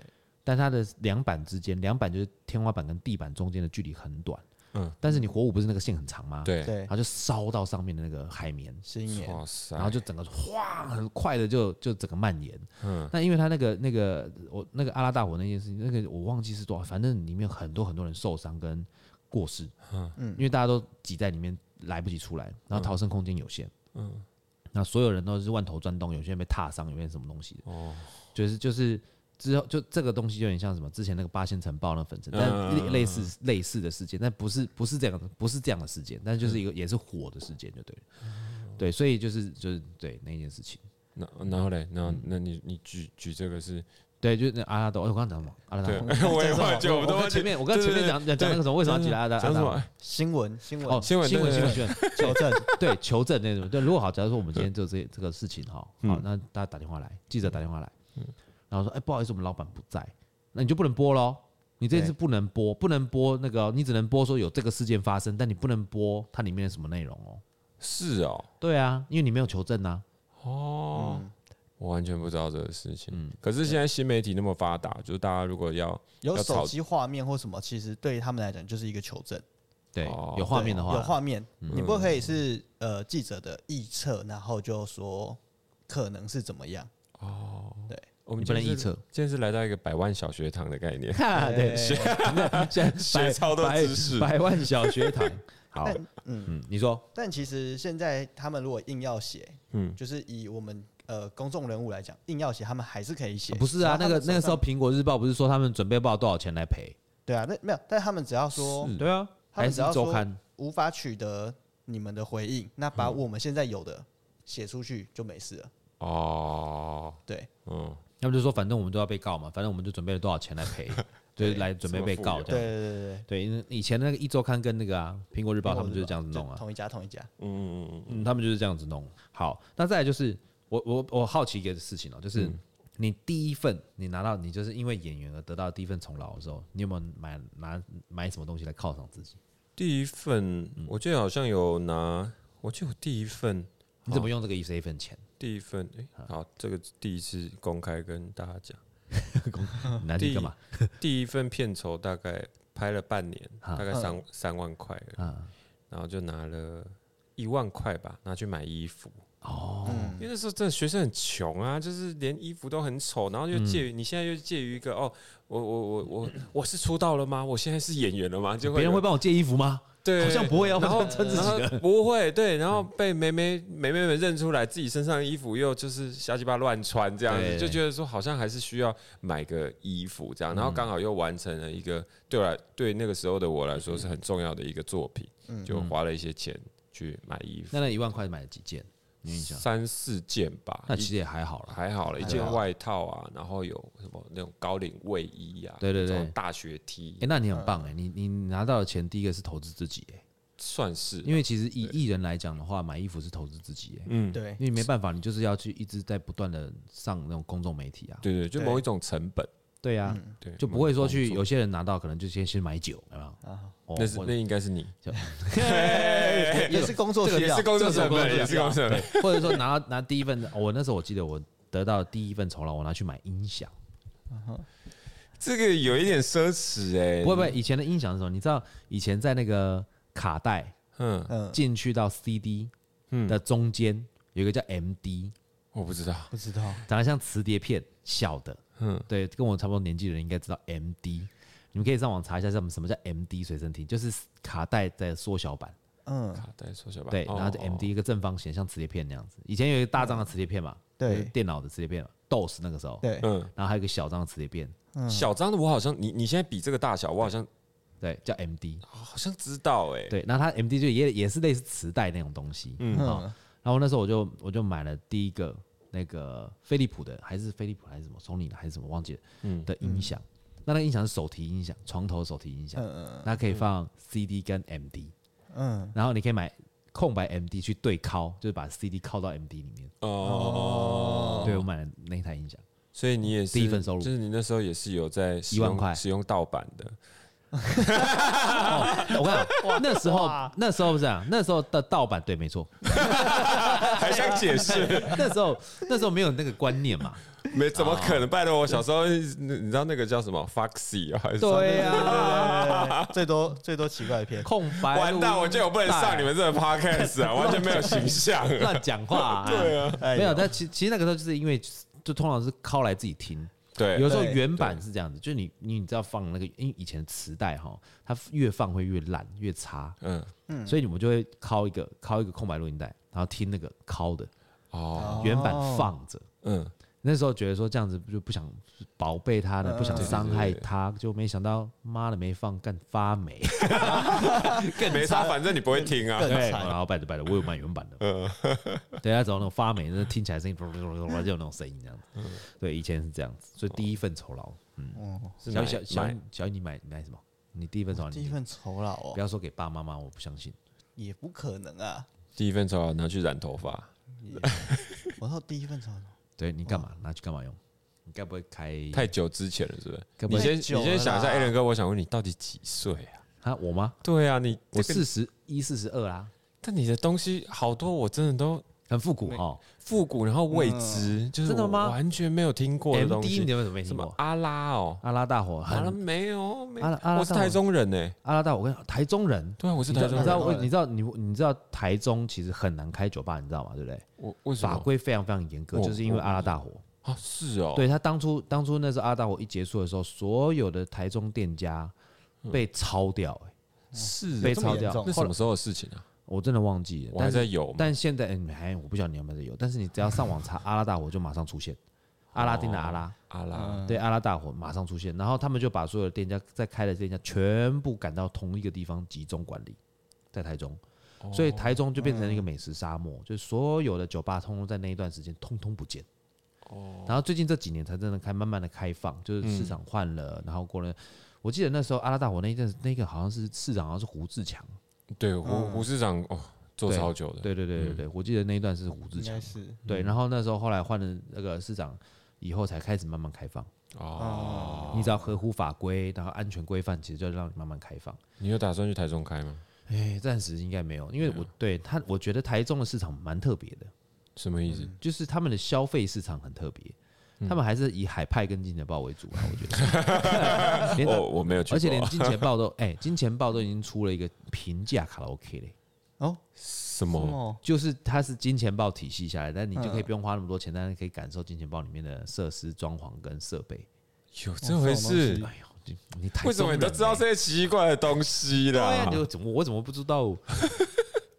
但它的两板之间，两板就是天花板跟地板中间的距离很短，
嗯
嗯，但是你火舞不是那个线很长吗？，
对，
对
然，后就烧到上面的那个海绵，
新年
哇塞，
然后就整个哗，很快的就就整个蔓延。
嗯
嗯，那因为他那个那个我那个阿拉大火那件事情，那个我忘记是多少，反正里面很多很多人受伤跟过世。嗯嗯，因为大家都挤在里面来不及出来，然后逃生空间有限。
嗯，
那所有人都是万头钻洞，有些人被踏伤，有些人什么东西的，
哦，
就是就是之后就这个东西就有点像什么之前那个八仙城爆那粉尘，但
嗯
类类似类似的事件，但不是不是这样的不是这样的事件，但就是一个也是火的事件就对了，对，所以就是就是对那件事情。
那然后嘞，那那你你举举这个是，
对，就是那阿拉斗，哎我刚刚讲什么？阿拉
对，
斗。
我也忘记，
我
我都
跟
忘记
前面，我跟前面讲讲讲那个什么，为什么要提阿拉斗？
讲
阿
什
拉斗
么？
新闻新闻
哦，
新闻
新闻
对
新
对
闻新闻，
求证，
对，求证那种。对，如果好，假如说我们今天就这这个事情哈，
嗯
好，那大家打电话来，记者打电话来，然后说，哎，不好意思，我们老板不在，那你就不能播喽。你这次
对
不能播，不能播那个哦，你只能播说有这个事件发生，但你不能播它里面的什么内容哦。
是哦，
对啊，因为你没有求证啊。
哦，
嗯
嗯我完全不知道这个事情。可是现在新媒体那么发达，就是大家如果要
有
要
手
吵
机画面或什么，其实对他们来讲就是一个求证。
对
哦，
有画面的
对
话，嗯
有画面，你不可以是呃记者的臆测，然后就说可能是怎么样。
我们
你不能
今天
臆
是
测。，
今天是来到一个百万小学堂的概念
哈， 对，现在
学超多知识
百万小学堂。好，
嗯
嗯，你说，
但其实现在他们如果硬要写，
嗯
嗯，就是以我们呃公众人物来讲，硬要写，他们还是可以写。
不是啊？那
只要他
个
们
那个时候，
手上
苹果日报不是说他们准备报多少钱来赔？
对啊，那没有，但他们只要说
对啊，还
他们
是
只要
周
说
刊？嗯
无法取得你们的回应，那把我们现在有的写出去就没事了。
哦，
对，
嗯，
要不就说反正我们都要被告嘛，反正我们就准备了多少钱来赔，就是来准备被告
对
这样。
对对对对，
对，因为以前那个一周刊跟那个啊《苹果日报》他们就是这样子
就
弄啊，
同一家同一家。
嗯嗯嗯
嗯，他们就是这样子弄。好，那再来就是我我我好奇一个事情哦、就是
嗯
你第一份你拿到你就是因为演员而得到第一份酬劳的时候，你有没有买拿买什么东西来犒赏自己？
第一份我记得好像有拿，我记得我第一份
你怎么用这个一这一份钱？
第一份，哎，
啊
好，这个第一次公开跟大家讲，嗯
你拿去干嘛？
第一份片酬大概拍了半年，
啊
大概三三万块而已，
啊，
然后就拿了一万块吧，拿去买衣服。
哦，
嗯
因，为那时候真的学生很穷啊，就是连衣服都很丑，然后又介于、
嗯
你现在又介于一个哦，我我我我我是出道了吗？我现在是演员了吗？就会
别人会帮我借衣服吗？
对，
好像不会啊要
然后
帮穿自己的。嗯
然后不会对，然后被妹妹妹妹们认出来，自己身上的衣服又就是瞎鸡巴乱穿这样子，
对嗯
就觉得说好像还是需要买个衣服这样，然后刚好又完成了一个对我来对那个时候的我来说是很重要的一个作品，就花了一些钱去买衣服
嗯那，那一万块买了几件？你印象？
三四件吧，
那
啊一
其实也还好啦。
还好了，一件
还好
外套啊，然后有什么那种高领卫衣啊，
对对对
那种大学 T，
哎、那你
嗯
很棒哎、你你拿到的钱第一个是投资自己哎、
算是
因为其实以艺人来讲的话，买衣服是投资自己哎、
嗯，
对
因为没办法，你就是要去一直在不断的上那种公众媒体啊。
对对，就
对
某一种成本，
对呀、
对，
就不会说去
工作
有些人拿到可能就先去买酒，有没有？
啊，
哦
那是
或
那
者
应该是你，
也是工作
这个
需
也
要
是，工作成
啊
本，也是工作成本。
或者说拿拿第一份，哦我那时候我记得我得到第一份酬劳，我拿去买音响。
这个有一点奢侈哎、
不会不会，以前的音响是什么？你知道以前在那个卡带
嗯，
嗯，
进去到 CD 的中间有一个叫 MD，
我不知道，
不知道，
长得像磁碟片小的，嗯
嗯，
对，跟我差不多年纪的人应该知道 MD。你们可以上网查一下，什么什么叫 MD 随身听，就是卡带的缩小版，
嗯，
卡带缩小吧。
对，
哦
然后就 MD 一个正方形，像磁碟片那样子。以前有一个大张的磁碟片嘛，就是
对
电脑的磁碟片嘛，DOS 那个时候，
对，
嗯，
然后还有一个小张的磁碟片，
小张的我好像，你你现在比这个大小，我好像
对，叫 MD。
好像知道哎、
对，那它 MD 就也也是类似磁带那种东西，嗯，好，然后那时候我就我就买了第一个那个飞利浦的，还是飞利浦还是什么索尼的还是什么忘记了，嗯，的音响，那那个音响是手提音响，床头手提音响，那可以放 CD 跟 MD，
嗯，
然后你可以买空白 MD 去对拷，就是把 CD 拷到 MD 里面，
哦，
对我买了那台音响，
所以你也是
第一份收入
就是你那时候也是有在使
一万块
用使用盗版的，
哦我看那时候那时候是这样，那时候的盗版对，没错，
还想解 释？
那时候那时候没有那个观念嘛，
没怎么可能？拜托，我小时候你你知道那个叫什么 Foxy 啊？还是什么
啊对呀、
最多最多奇怪的片，
空白
啊完蛋，我觉得我不能上你们
哎
这个 podcast 啊，完全没有形象。
乱讲话、啊。
对啊，
哎
没有，
呦
但其其实那个时候就是因为就通常是拷来自己听，
对，
有时候
对
原版是这样子，就是你你你知道放那个，因为以前磁带哈，它越放会越烂越差，
嗯，
所以你们就会拷一个拷一个空白录音带，然后听那个拷的
哦，
原版放着。
嗯，
那时候觉得说这样子就不想宝贝他的，不想
嗯对对
伤害
对对
他，就没想到妈的没放，干发霉。
没差，反正你不会听啊。
更
对，
惨
然后拜的拜的，我有买原版的。
嗯
对，他找那种发霉，那听起来声音就有那种声音这样
嗯
子。对，以前是这样子，所以第一份酬劳，
哦，
是
小
买
小小
买
小，你买买什么？你第一份酬劳，
第一份酬劳
不
哦，
要说给爸妈妈，我不相信。
也不可能啊，
第一份酬劳拿去染头发，
我说第一份酬劳，
对你干嘛拿去干嘛用？你该不会开？
哦太久之前了，是不是？
该不
你
会
先，你
久了啦
先想一下，A 伦哥，我想问你，到底几岁啊？
啊？我吗？
对啊，你
我
这个
四十一、四十二啦，
但你的东西好多，我真的都
很复古哦哈。
复古，然后未知，就是
嗯真的
我
吗
完全没有听过的
M
东
D 你
西，
有没有没
什
听
么
过？
阿拉哦，
阿拉大火，
阿拉
很
没有，没
阿拉阿拉
我是台中人呢，
阿拉大火。我跟你讲，台中人，
对啊，我是
你
台
知道
中
你知
人，
道为你知道你你知道台中其实很难开酒吧，你知道吗？对不对？
我为什
法
么
规非常非常严格，
我
就是因为阿拉大火。
啊？是哦，
对他当初当初那时候阿拉大火一结束的时候，所有的台中店家被抄掉、欸
嗯是
被
哦
抄掉
这么严重
那什么时候的事情啊？
我真的忘记了。
我还
但
在
是
有嘛，
但现在嗯哎，我不晓得你有没有有，但是你只要上网查阿拉大火，就马上出现阿拉丁的阿拉，
阿拉
嗯
对啊阿拉大火马上出现，然后他们就把所有的店家在开的店家全部赶到同一个地方集中管理，在台中。所以台中就变成了一个美食沙漠，就是所有的酒吧通通在那一段时间通通不见。哦，嗯然后最近这几年才真的开慢慢的开放，就是市场换了，然后过了。我记得那时候阿拉大火那一阵子，那个好像是市长，好像是胡志强。
对胡胡市长哦，做
嗯对
超久的，
对对嗯对对对，我记得那一段是胡志
应
强
该。是
对，
嗯
然后那时候后来换了那个市长以后，才开始慢慢开放。
哦，
你只要合乎法规，然后安全规范，其实就让你慢慢开放。
你有打算去台中开吗？
哎，暂时应该没有，因为
嗯
我对他，我觉得台中的市场蛮特别的。
什么意思？
就是他们的消费市场很特别，
嗯
他们还是以海派跟金钱豹为主啊，我觉 得。连
哦，我没有去
嗯而且
过
连金钱 豹都，哎、金钱豹都已经出了一个平价卡拉 OK 嘞，
哦，
什
什
么
么？哦
就是它是金钱豹体系下来，但你
嗯
就可以不用花那么多钱，但是可以感受金钱豹里面的设施、装潢跟设备。
有这回事？
哎呦，你你太
为什么你都知道这啊些奇怪的东西
对
啦？
啊，你怎么我怎么不知道？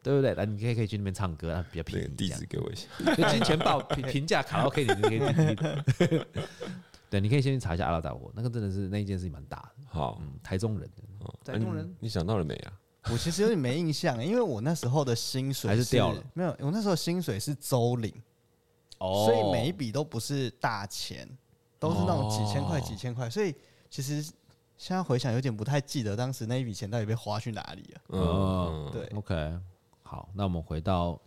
对不对？来，你可以可以去那边唱歌，啊，比较
那
便
个
宜。
地址给我一下。
就金钱豹评评价卡拉 OK，你就可以你可以。 对，你可以先去查一下阿拉大火，那个真的是那一件事情蛮大的。
好，
嗯，台中人，台中人
嗯你想到了没啊？
我其实有点没印象，欸因为我那时候的薪水
还是掉了，
没有，我那时候薪水是周领，
哦
哦所以每一笔都不是大钱，都是那种几千块、
哦
几千块，所以其实现在回想有点不太记得当时那一笔钱到底被花去哪里了。
哦
嗯，
对，
OK，好，那我们回到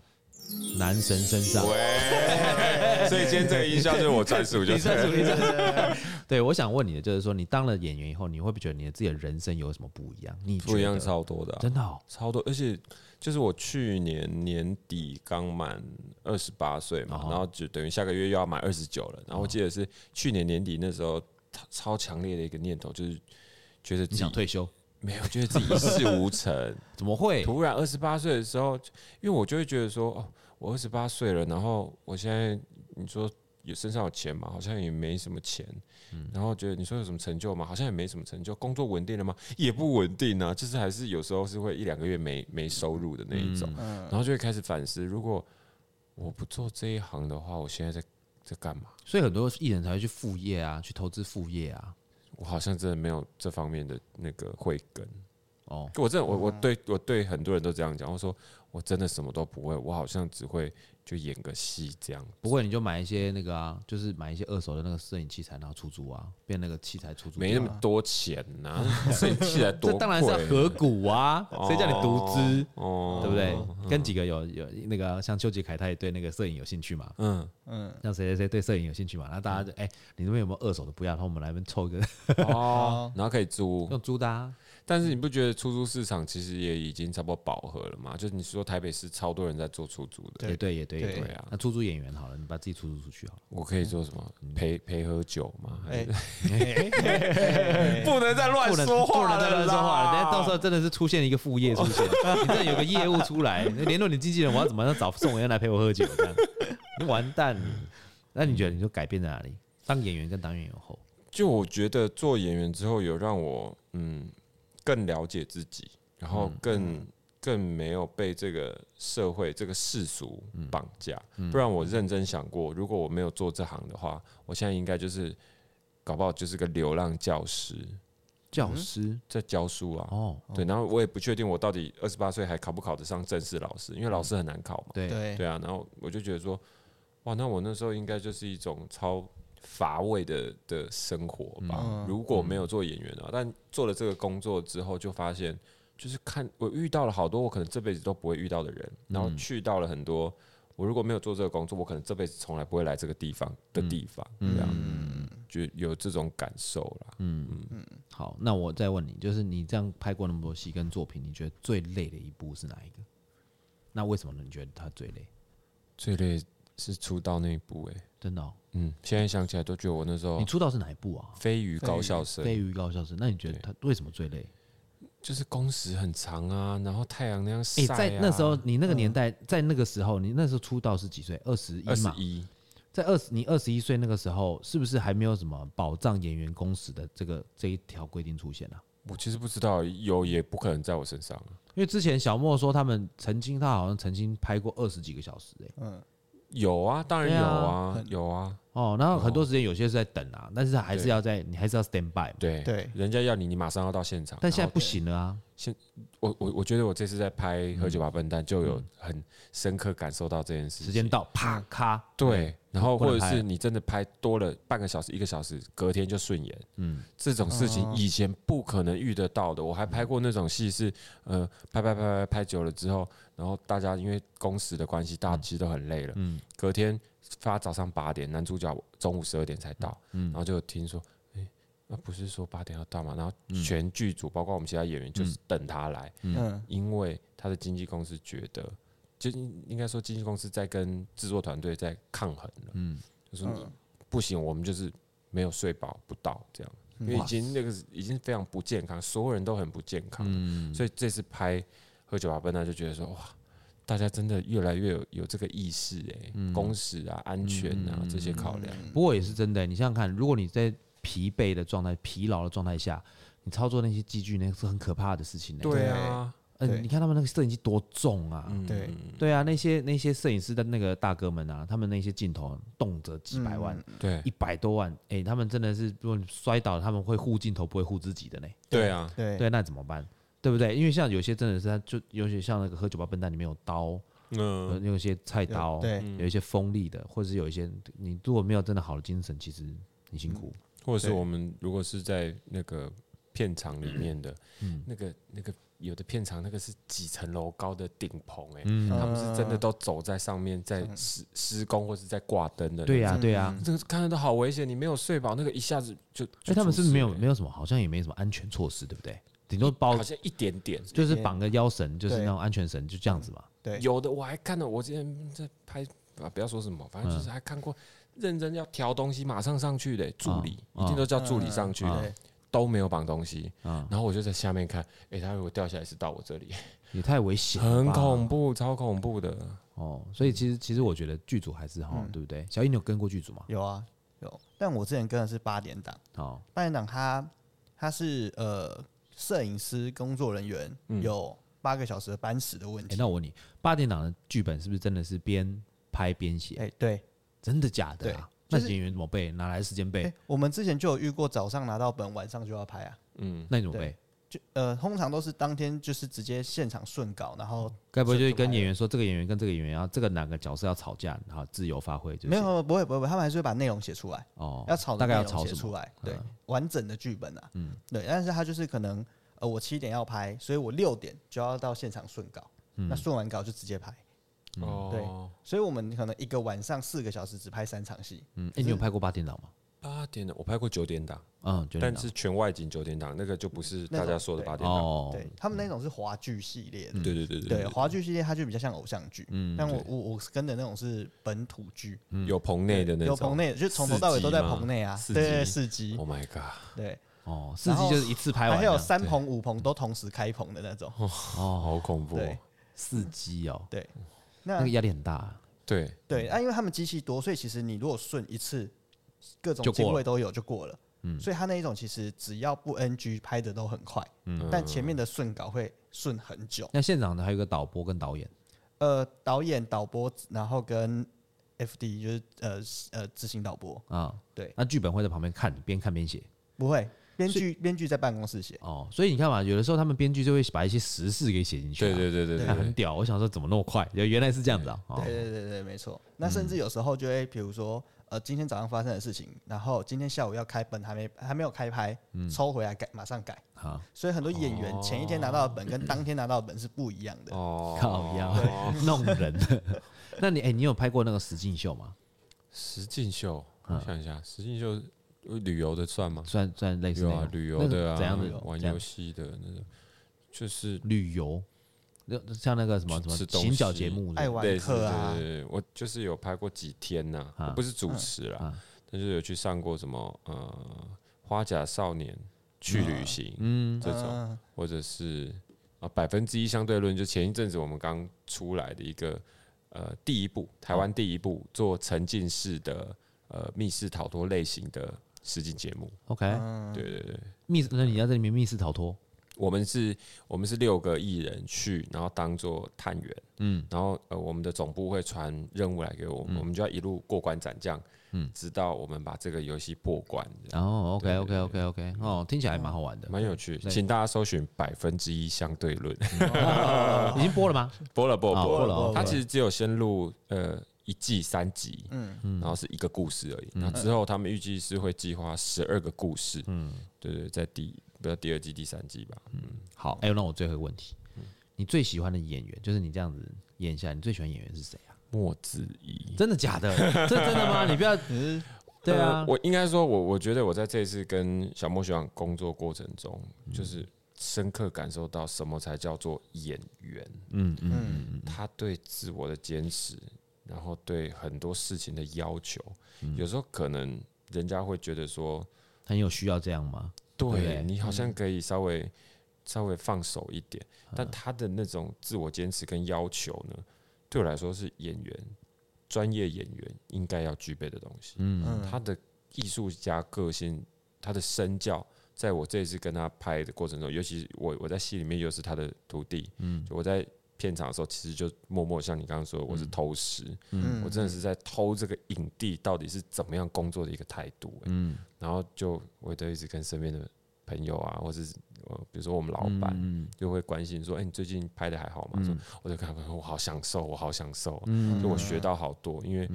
男神身上，
喂，所以今天这个音效就是我专属，就
哎你
是
算属于这
对对对
对，我想问你的就是说，你当了演员以后，你会不会觉得你的自己的人生有什么不一样？你
不一样
觉得
超多的啊、
真的哦，
超多，而且就是我去年年底刚满二十八岁嘛，
哦
然后就等于下个月又要满二十九了。然后我记得是去年年底那时候，超超强烈的一个念头就是觉得自
你
己
想退休？
没有，觉得自己一事无成。
怎么会？
突然二十八岁的时候，因为我就会觉得说，哦，我二十八岁了，然后我现在你说有身上有钱嘛，好像也没什么钱，然后觉得你说有什么成就吗？好像也没什么成就，工作稳定了吗？也不稳定啊，就是还是有时候是会一两个月没没收入的那一种，
嗯
然后就会开始反思，如果我不做这一行的话，我现在在在干嘛？
所以很多艺人才会去副业啊，去投资副业啊。
我好像真的没有这方面的那个慧根。
哦，
我真的，我我对我对很多人都这样讲，我说我真的什么都不会，我好像只会就演个戏这样。
不过你就买一些那个啊，就是买一些二手的那个摄影器材，然后出租啊，变那个器材出租。
没那么多钱呐、 所以器材多
啊这
贵，
当然是要合股啊，谁叫你独资？
哦，
对不对？跟几个有有那个像邱吉凯，他也对那个摄影有兴趣嘛，
嗯，
像谁谁谁对摄影有兴趣嘛，那大家就哎、你那边有没有二手的？不要，然后我们来这边凑一个
哦，然后可以租，
用租的、啊。
但是你不觉得出租市场其实也已经差不多饱和了吗？就是你说台北市超多人在做出租 的，
也对，也对，也
对
对
啊
那出租演员好了，你把自己出租出去好了。
我可以做什么
嗯
陪陪喝酒吗？还
哎
是，
不能再乱
不能不能再乱说话了，等下到时候真的是出现一个副业出 现，你真的有个业务出来，你联络你经纪人，我要怎么样找宋文渊来陪我喝酒？这样你完蛋了。那你觉得你就改变在哪里？当演员跟当演员后，
就我觉得做演员之后，有让我嗯更了解自己，然后
嗯
更、更没有被这个社会这个世俗
嗯
绑架。不然我认真想过，如果我没有做这行的话，我现在应该就是搞不好就是个流浪教师
教师
在教书啊。
哦，
对，然后我也不确定我到底二十八岁还考不考得上正式老师，因为老师很难考嘛。
对，
对
对啊，然后我就觉得说，哇，那我那时候应该就是一种超乏味的的生活吧。
嗯
如果没有做演员啊，但做了这个工作之后，就发现就是看我遇到了好多我可能这辈子都不会遇到的人，然
嗯
后去到了很多。我如果没有做这个工作，我可能这辈子从来不会来这个地方的
嗯
地方，对啊，就有这种感受啦。
嗯好，那我再问你，就是你这样拍过那么多戏跟作品，你觉得最累的一部是哪一个？那为什么呢？你觉得它最累？
最累是出道那一步、欸，哎，
真的、哦，
嗯，现在想起来都觉得我那时候
你出道是哪一部啊？
飞鱼高校生，
飞鱼高校生，那你觉得它为什么最累？
就是工时很长啊，然后太阳那样晒、
哎、
啊嗯
在那时候，你那个年代，在那个时候，你那时候出道是几岁？二十
二
一
十
嘛，
一，
在二十你二十一岁那个时候，是不是还没有什么保障演员工时的这个这一条规定出现啊？
我其实不知道有也不可能在我身上啊，
因为之前小莫说他们曾经，他好像曾经拍过二十几个小时、欸，
有啊，当然有啊，
对啊
有啊，
哦，然后很多时间有些是在等啊，但是还是
对
要在，你还是要 stand by 嘛。
对
对
人家要你，你马上要到现场。
但现在
然后
不行了啊，
我我我觉得我这次在拍《喝酒吧笨蛋》就有很深刻感受到这件事情。
嗯时间到，啪咔，
对，然后
不能
或者
拍
是你真的拍多了半个小时、一个小时，隔天就顺眼，
嗯，
这种事情以前不可能遇得到的。我还拍过那种戏是，呃，拍拍拍拍拍久了之后，然后大家因为工时的关系，大家其实都很累了。
嗯
隔天发早上八点，男主角中午十二点才到，然后就听说，哎、那不是说八点要到嘛？然后全剧组，包括我们其他演员，就是等他来，
嗯
因为他的经纪公司觉得，就应应该说经纪公司在跟制作团队在抗衡了，
嗯，
就是你不行，我们就是没有睡饱不到这样，因为已经那个是已经非常不健康，所有人都很不健
嗯
康，所以这次拍《喝酒吧笨蛋》就觉得说哇。大家真的越来越有有这个意识哎、工时啊、安全啊、这些考量，
不过也是真的欸、你想想看，如果你在疲惫的状态、疲劳的状态下，你操作那些机具，那是很可怕的事情、欸。
对啊，
嗯、
对嗯
你看他们那个摄影机多重啊！
嗯
对
对啊，那些那些摄影师的那个大哥们啊，他们那些镜头动辄几百万、
嗯
对
一百多万，哎、他们真的是如果你摔倒，他们会护镜头，不会护自己的呢。
对啊，
对
对，那怎么办？对不对？因为像有些真的是，他就尤其像那个喝酒吧笨蛋里面有刀，有
嗯，
有一些菜刀，
对
有一些锋利的，或者是有一些你如果没有真的好的精神，其实很辛苦。
或者是
对
嗯
我们如果是在那个片场里面的，那个那个有的片场那个是几层楼高的顶棚、欸，哎、
嗯，
他们是真的都走在上面，在施施工或是在挂灯的。
对呀、
嗯
对呀、
这个看着都好危险，你没有睡饱，那个一下子
所
就就
以哎他们
出
是
事
没有
了
没有什么，好像也没什么安全措施，对不对？顶多包
好像一点点。
就是绑个腰绳，就是
对
那种安全绳，就这样子嘛。
对，
有的我还看了，我之前在拍啊，不要说什么，
嗯
反正就是还看过认真要调东西马上上去的助理，
啊
一定都叫助理上去
啊
的，
嗯对，
都没有绑东西。
啊，
然后我就在下面看，诶，他如果掉下来是到我这里，
也太危险，
很恐
怖
怖，超恐怖的。
哦。所以其实其实我觉得剧组还是哈，
嗯
对不对？小英你有跟过剧组吗？
有啊有，但我之前跟的是八点档。
哦，
八点档他他是呃摄影师工作人员、
嗯
有八个小时的班时的问
哎，
题。
那我问你，八点档的剧本是不是真的是边拍边写？
哎、对，
真的假的啊？
对
那
就是
演员怎么背？哪来的时间
哎、
背？
我们之前就有遇过早上拿到本，晚上就要拍啊。
嗯，
那你怎么
对
背？
就呃，通常都是当天就是直接现场顺稿，然后
该不会就是跟
顺着拍
演员说这个演员跟这个演员，然后这个哪个角色要吵架，然后自由发挥？就是
没有没有不会不会，不会他们还是会把内容写出来，
哦，
要吵的
大概要
内容
吵
写
什么？
出来，对，
嗯
完整的剧本啊，
嗯
嗯，对，但是他就是可能呃，我七点要拍，所以我六点就要到现场顺稿，
嗯
那顺完稿就直接拍，
哦，
所以我们可能一个晚上四个小时只拍三场戏，
嗯，哎，你有拍过八点档吗？
八点的我拍过九点档，
嗯，九点
但
档
是全外景九点档那个就不是大家说的八点档。
哦，嗯
对他们那种是华剧系列的，
对对对
对华剧系列它就比较像偶像剧，但我我我是跟的那种是本土剧，
嗯
有棚内的那种，
有棚内，就从头到尾都在棚内啊
四，集吗
对，四集，
Oh my god，
对，
哦，四季就是一次哦拍完，
还有三，棚五棚都同时开棚的那种，
哦，
好恐怖哦。
对
四季哦，
对，
那
那
个压力很大啊，
对，
对，啊，因为他们机器多，所以其实你如果顺一次，各种
就过
机
了
位都有就过了。所以他那一种其实只要不 NG 拍的都很快，
嗯
但前面的顺稿会顺很久。
那现场呢还有一个导播跟导演，
呃，导演、导播，然后跟 FD 就是呃呃执行导播，
啊，
对
那剧本会在旁边看，边看边写
不会编剧编剧在办公室写，
哦，所以你看嘛，有的时候他们编剧就会把一些时事给写进去啊，
对对对对
哎，
对
很屌，我想说怎么那么快，原来是这样子啊，哦
对对对对，没错。那甚至有时候就会，比如说，呃，今天早上发生的事情，然后今天下午要开本，还没还没有开拍，抽回来改，马上改。
啊，
所以很多演员
哦
前一天拿到的本跟当天拿到的本是不一样的。
哦，
靠腰 弄人， 那你哎，你有拍过那个实境秀吗？
石进秀，
嗯
我想一下，石进秀呃旅游的算吗？
算算类似
有
那
啊
种，
旅游的
那
啊，
是怎样的
玩
怎样
游戏的那种，就是
旅游，那像那个什么什么
吃东
行脚
西
节目的
爱玩
类似
课啊
对，对对，我就是有拍过几天呐，
啊
我不是主持啦
啊，
但是有去上过什么呃花甲少年去旅行，嗯，这种
嗯，
或者是啊百分之一相对论，就前一阵子我们刚出来的一个呃第一部台湾第一部做沉浸式的呃密室逃脱类型的实景节目，
，OK，
对对对。
密室，那你要在里面密室逃脱，
我们是，我们是六个艺人去，然后当做探员，嗯，然后呃，我们的总部会传任务来给我们，我们就要一路过关斩将，嗯，直到我们把这个游戏过关，这
然
样
后 OK OK OK OK，哦，听起来还蛮好玩的，
蛮有趣。
对
请大家搜寻百分之一相对论，
已经播了吗？
播了播了
啊
播
播了
了
哦，
它其实只有先录呃一季三集，嗯，然后是一个故事而已，那之后他们预计是会计划十二个故事，嗯，对对，在第不要第二季第三季吧，
好，哎、那我最后一个问题，
嗯
你最喜欢的演员，就是你这样子演下来，你最喜欢演员是谁啊？
莫子仪。
真的假 的？这真的吗？你不要，对啊
呃，我应该说我，我觉得我在这一次跟小莫学长工作过程中，就是深刻感受到什么才叫做演员。
嗯嗯
嗯
他对自我的坚持，然后对很多事情的要求，有时候可能人家会觉得说，
很有需要这样吗？
对
对不对
你好像可以稍微、稍微放手一点，但他的那种自我坚持跟要求呢，对我来说是演员专业演员应该要具备的东西。
嗯
他的艺术家个性，他的身教，在我这一次跟他拍的过程中，尤其是我我在戏里面又是他的徒弟，嗯，我在片场的时候，其实就默默像你刚刚说的，我是偷师，
嗯
我真的是在偷这个影帝到底是怎么样工作的一个态度、欸
嗯
然后就我都一直跟身边的朋友啊，或是呃，比如说我们老板。
嗯
就会关心说：“哎、你最近拍的还好吗？”说我就看他们，我好享受，我好享受啊、
嗯
就我学到好多，因为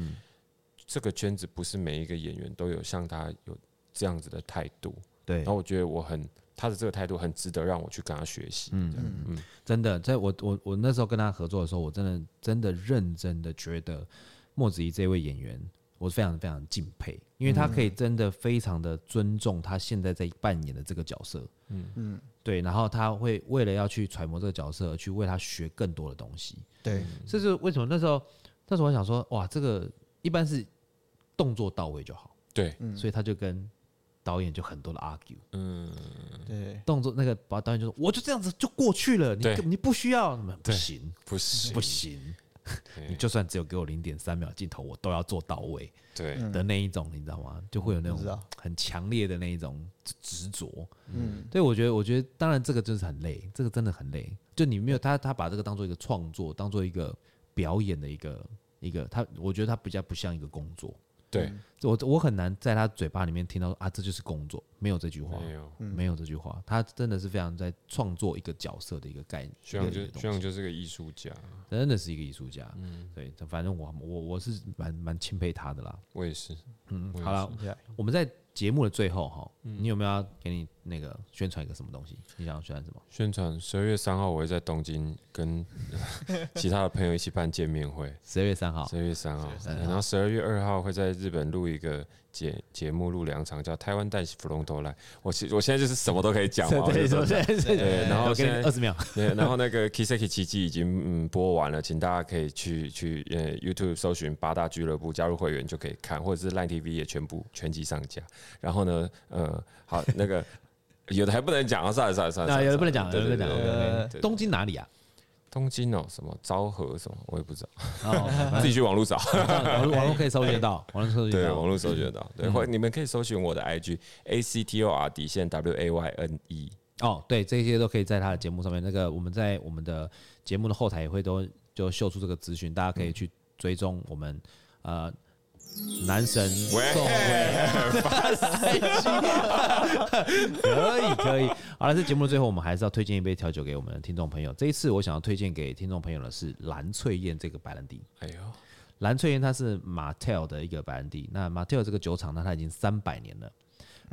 这个圈子不是每一个演员都有像他有这样子的态度。
对
然后我觉得我很他的这个态度很值得让我去跟他学习。嗯，
嗯，
真的，在我我我那时候跟他合作的时候，我真的真的认真的觉得莫子仪这位演员，我非常非常敬佩，因为他可以
嗯
真的非常的尊重他现在在扮演的这个角色，嗯嗯，对，然后他会为了要去揣摩这个角色，而去为他学更多的东西，
对，
这是为什么那时候那时候我想说，哇，这个一般是动作到位就好，
对，
嗯
嗯
所以他就跟导演就很多的 argue。
嗯，
对，
动作那个把导演就说，我就这样子就过去了，你
对
你不需要，不
对
行
不是哎
不，行，
对
你就算只有给我零点三秒镜头，我都要做到位
对，
的那一种，你知道吗？就会有那
我知
种
道
很强烈的那一种执执着。
嗯，
对我觉得，我觉得当然这个就是很累，这个真的很累。就你没有他，他把这个当做一个创作，当做一个表演的一个一个，他我觉得他比较不像一个工作。
对，
我我很难在他嘴巴里面听到啊，这就是工作，没有这句话，
没有。
没有这句话，他真的是非常在创作一个角色的一个概念，
徐阳
一个
就
一个东
徐
西
阳就是个艺术家，
真的是一个艺术家。嗯，对，反正我我我是蛮蛮钦佩他的啦。
我也嗯是。嗯，
好了，
对啊
我们在节目的最后哈，你有没有要给你那个宣传一个什么东西？你想要宣传什么？
宣传十二月三号我会在东京跟 其他的朋友一起办见面会，
十二月三号
十，二月三号，然后十二月二号会在日本录一个节节目，录两场叫《台湾代喜芙蓉多来》。我现我现在就是什么都可以讲嘛， 我就说对，然后
我给
现
你
在
二十秒。
对，然后那个 Kiseki 奇迹已经嗯播完了，请大家可以去去呃 YouTube 搜寻八大俱乐部，加入会员就可以看，或者是 Line TV 也全部全集上架。然后呢，呃，好，那个有的还不能讲啊，算了算了算了，
啊有的
算了
不能讲
对
有的不能
对
讲
对对对
呃
对
东京哪 里啊？
东京哦，什么昭和什么，我也不知道，
哦，
自己去网络找。
网络网络可以搜寻到，网络搜寻
对，
到
网。络搜寻得到。对，或你们可以搜寻我的 IG A C T O R 底线 W A Y N E。
哦，对，这些都可以在他的节目上面。那个我们在我们的节目的后台也会都就秀出这个资讯，大家可以去追踪我们呃男神宋
喂
慧可以可以。好了，这节目的最后，我们还是要推荐一杯调酒给我们的听众朋友。这一次我想要推荐给听众朋友的是蓝翠燕这个白兰地。
哎呦，
蓝翠燕它是 Martell 的一个白兰地，那 Martell 这个酒厂呢，它已经三百年了。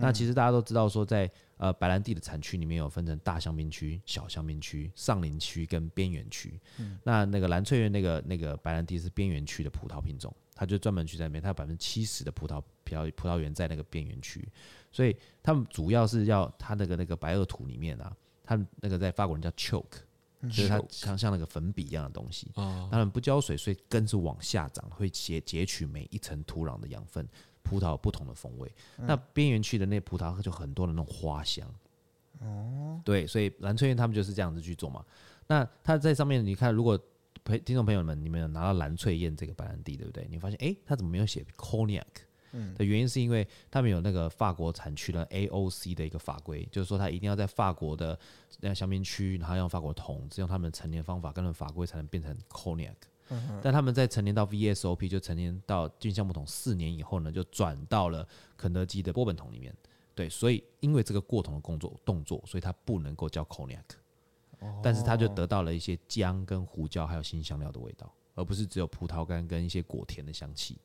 那其实大家都知道说在，呃白兰地的产区里面有分成大香槟区、小香槟区、上林区跟边缘区。那那个蓝翠苑那个那个白兰地是边缘区的葡萄品种，它就专门去在那边，它有百分之七十的葡萄葡萄葡萄园在那个边缘区，所以他们主要是要它那个那个白垩土里面啊，他们那个在法国人叫 choke，就是它
Choke
像像那个粉笔一样的东西。当然不浇水，所以根是往下长，会截截取每一层土壤的养分，葡萄有不同的风味。那边缘区的那葡萄就很多的那种花香。哦，对，所以蓝翠苑他们就是这样子去做嘛。那它在上面，你看，如果朋听众朋友们，你们有拿到蓝翠燕这个白兰地，对不对？你发现，诶，它怎么没有写 cognac？的原因是因为他们有那个法国产区的 AOC 的一个法规，就是说它一定要在法国的那香槟区，然后用法国桶，只用他们的陈年方法跟他们法规才能变成 cognac。但他们在陈年到 VSOP 就陈年到进橡木桶四年以后呢，就转到了肯德基的波本桶里面。对，所以因为这个过桶的工作动作，所以它不能够叫 cognac，、但是它就得到了一些姜跟胡椒还有新香料的味道，而不是只有葡萄干跟一些果甜的香气。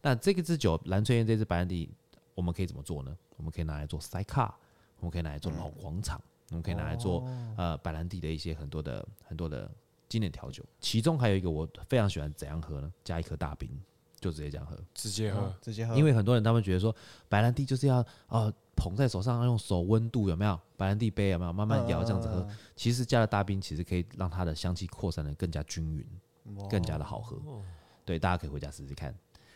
那这个支酒蓝翠燕这支白兰地，我们可以怎么做呢？我们可以拿来做塞卡，我们可以拿来做老广场，我们可以拿来做、呃白兰地的一些很多的很多的经典调酒。其中还有一个我非常喜欢怎样喝呢？加一颗大冰，就直接这样喝。
直接喝，
直接喝，
因为很多人他们觉得说白兰地就是要呃捧在手上，要用手温度有没有？白兰地杯有没有？慢慢摇这样子
嗯
喝。其实加了大冰，其实可以让它的香气扩散的更加均匀，
嗯
更加的好喝。对，大家可以回家试试看。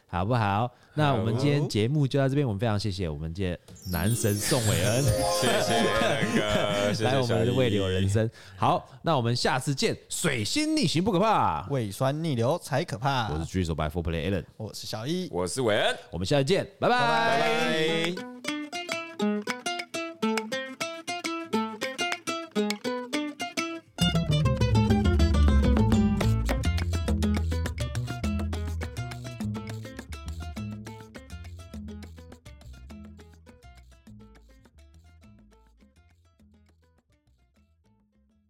好不好？那我们今天节目就到这边，我们非常谢谢我们这男神宋伟恩
谢谢那个，谢谢
来我们
小
的
易
未流人生。好，那我们下次见。水星逆行不可怕，
胃酸逆流才可怕
我。是举手 by Four Play Allen，
我是小一，
我是韦恩，
我们下次见，拜拜
拜拜。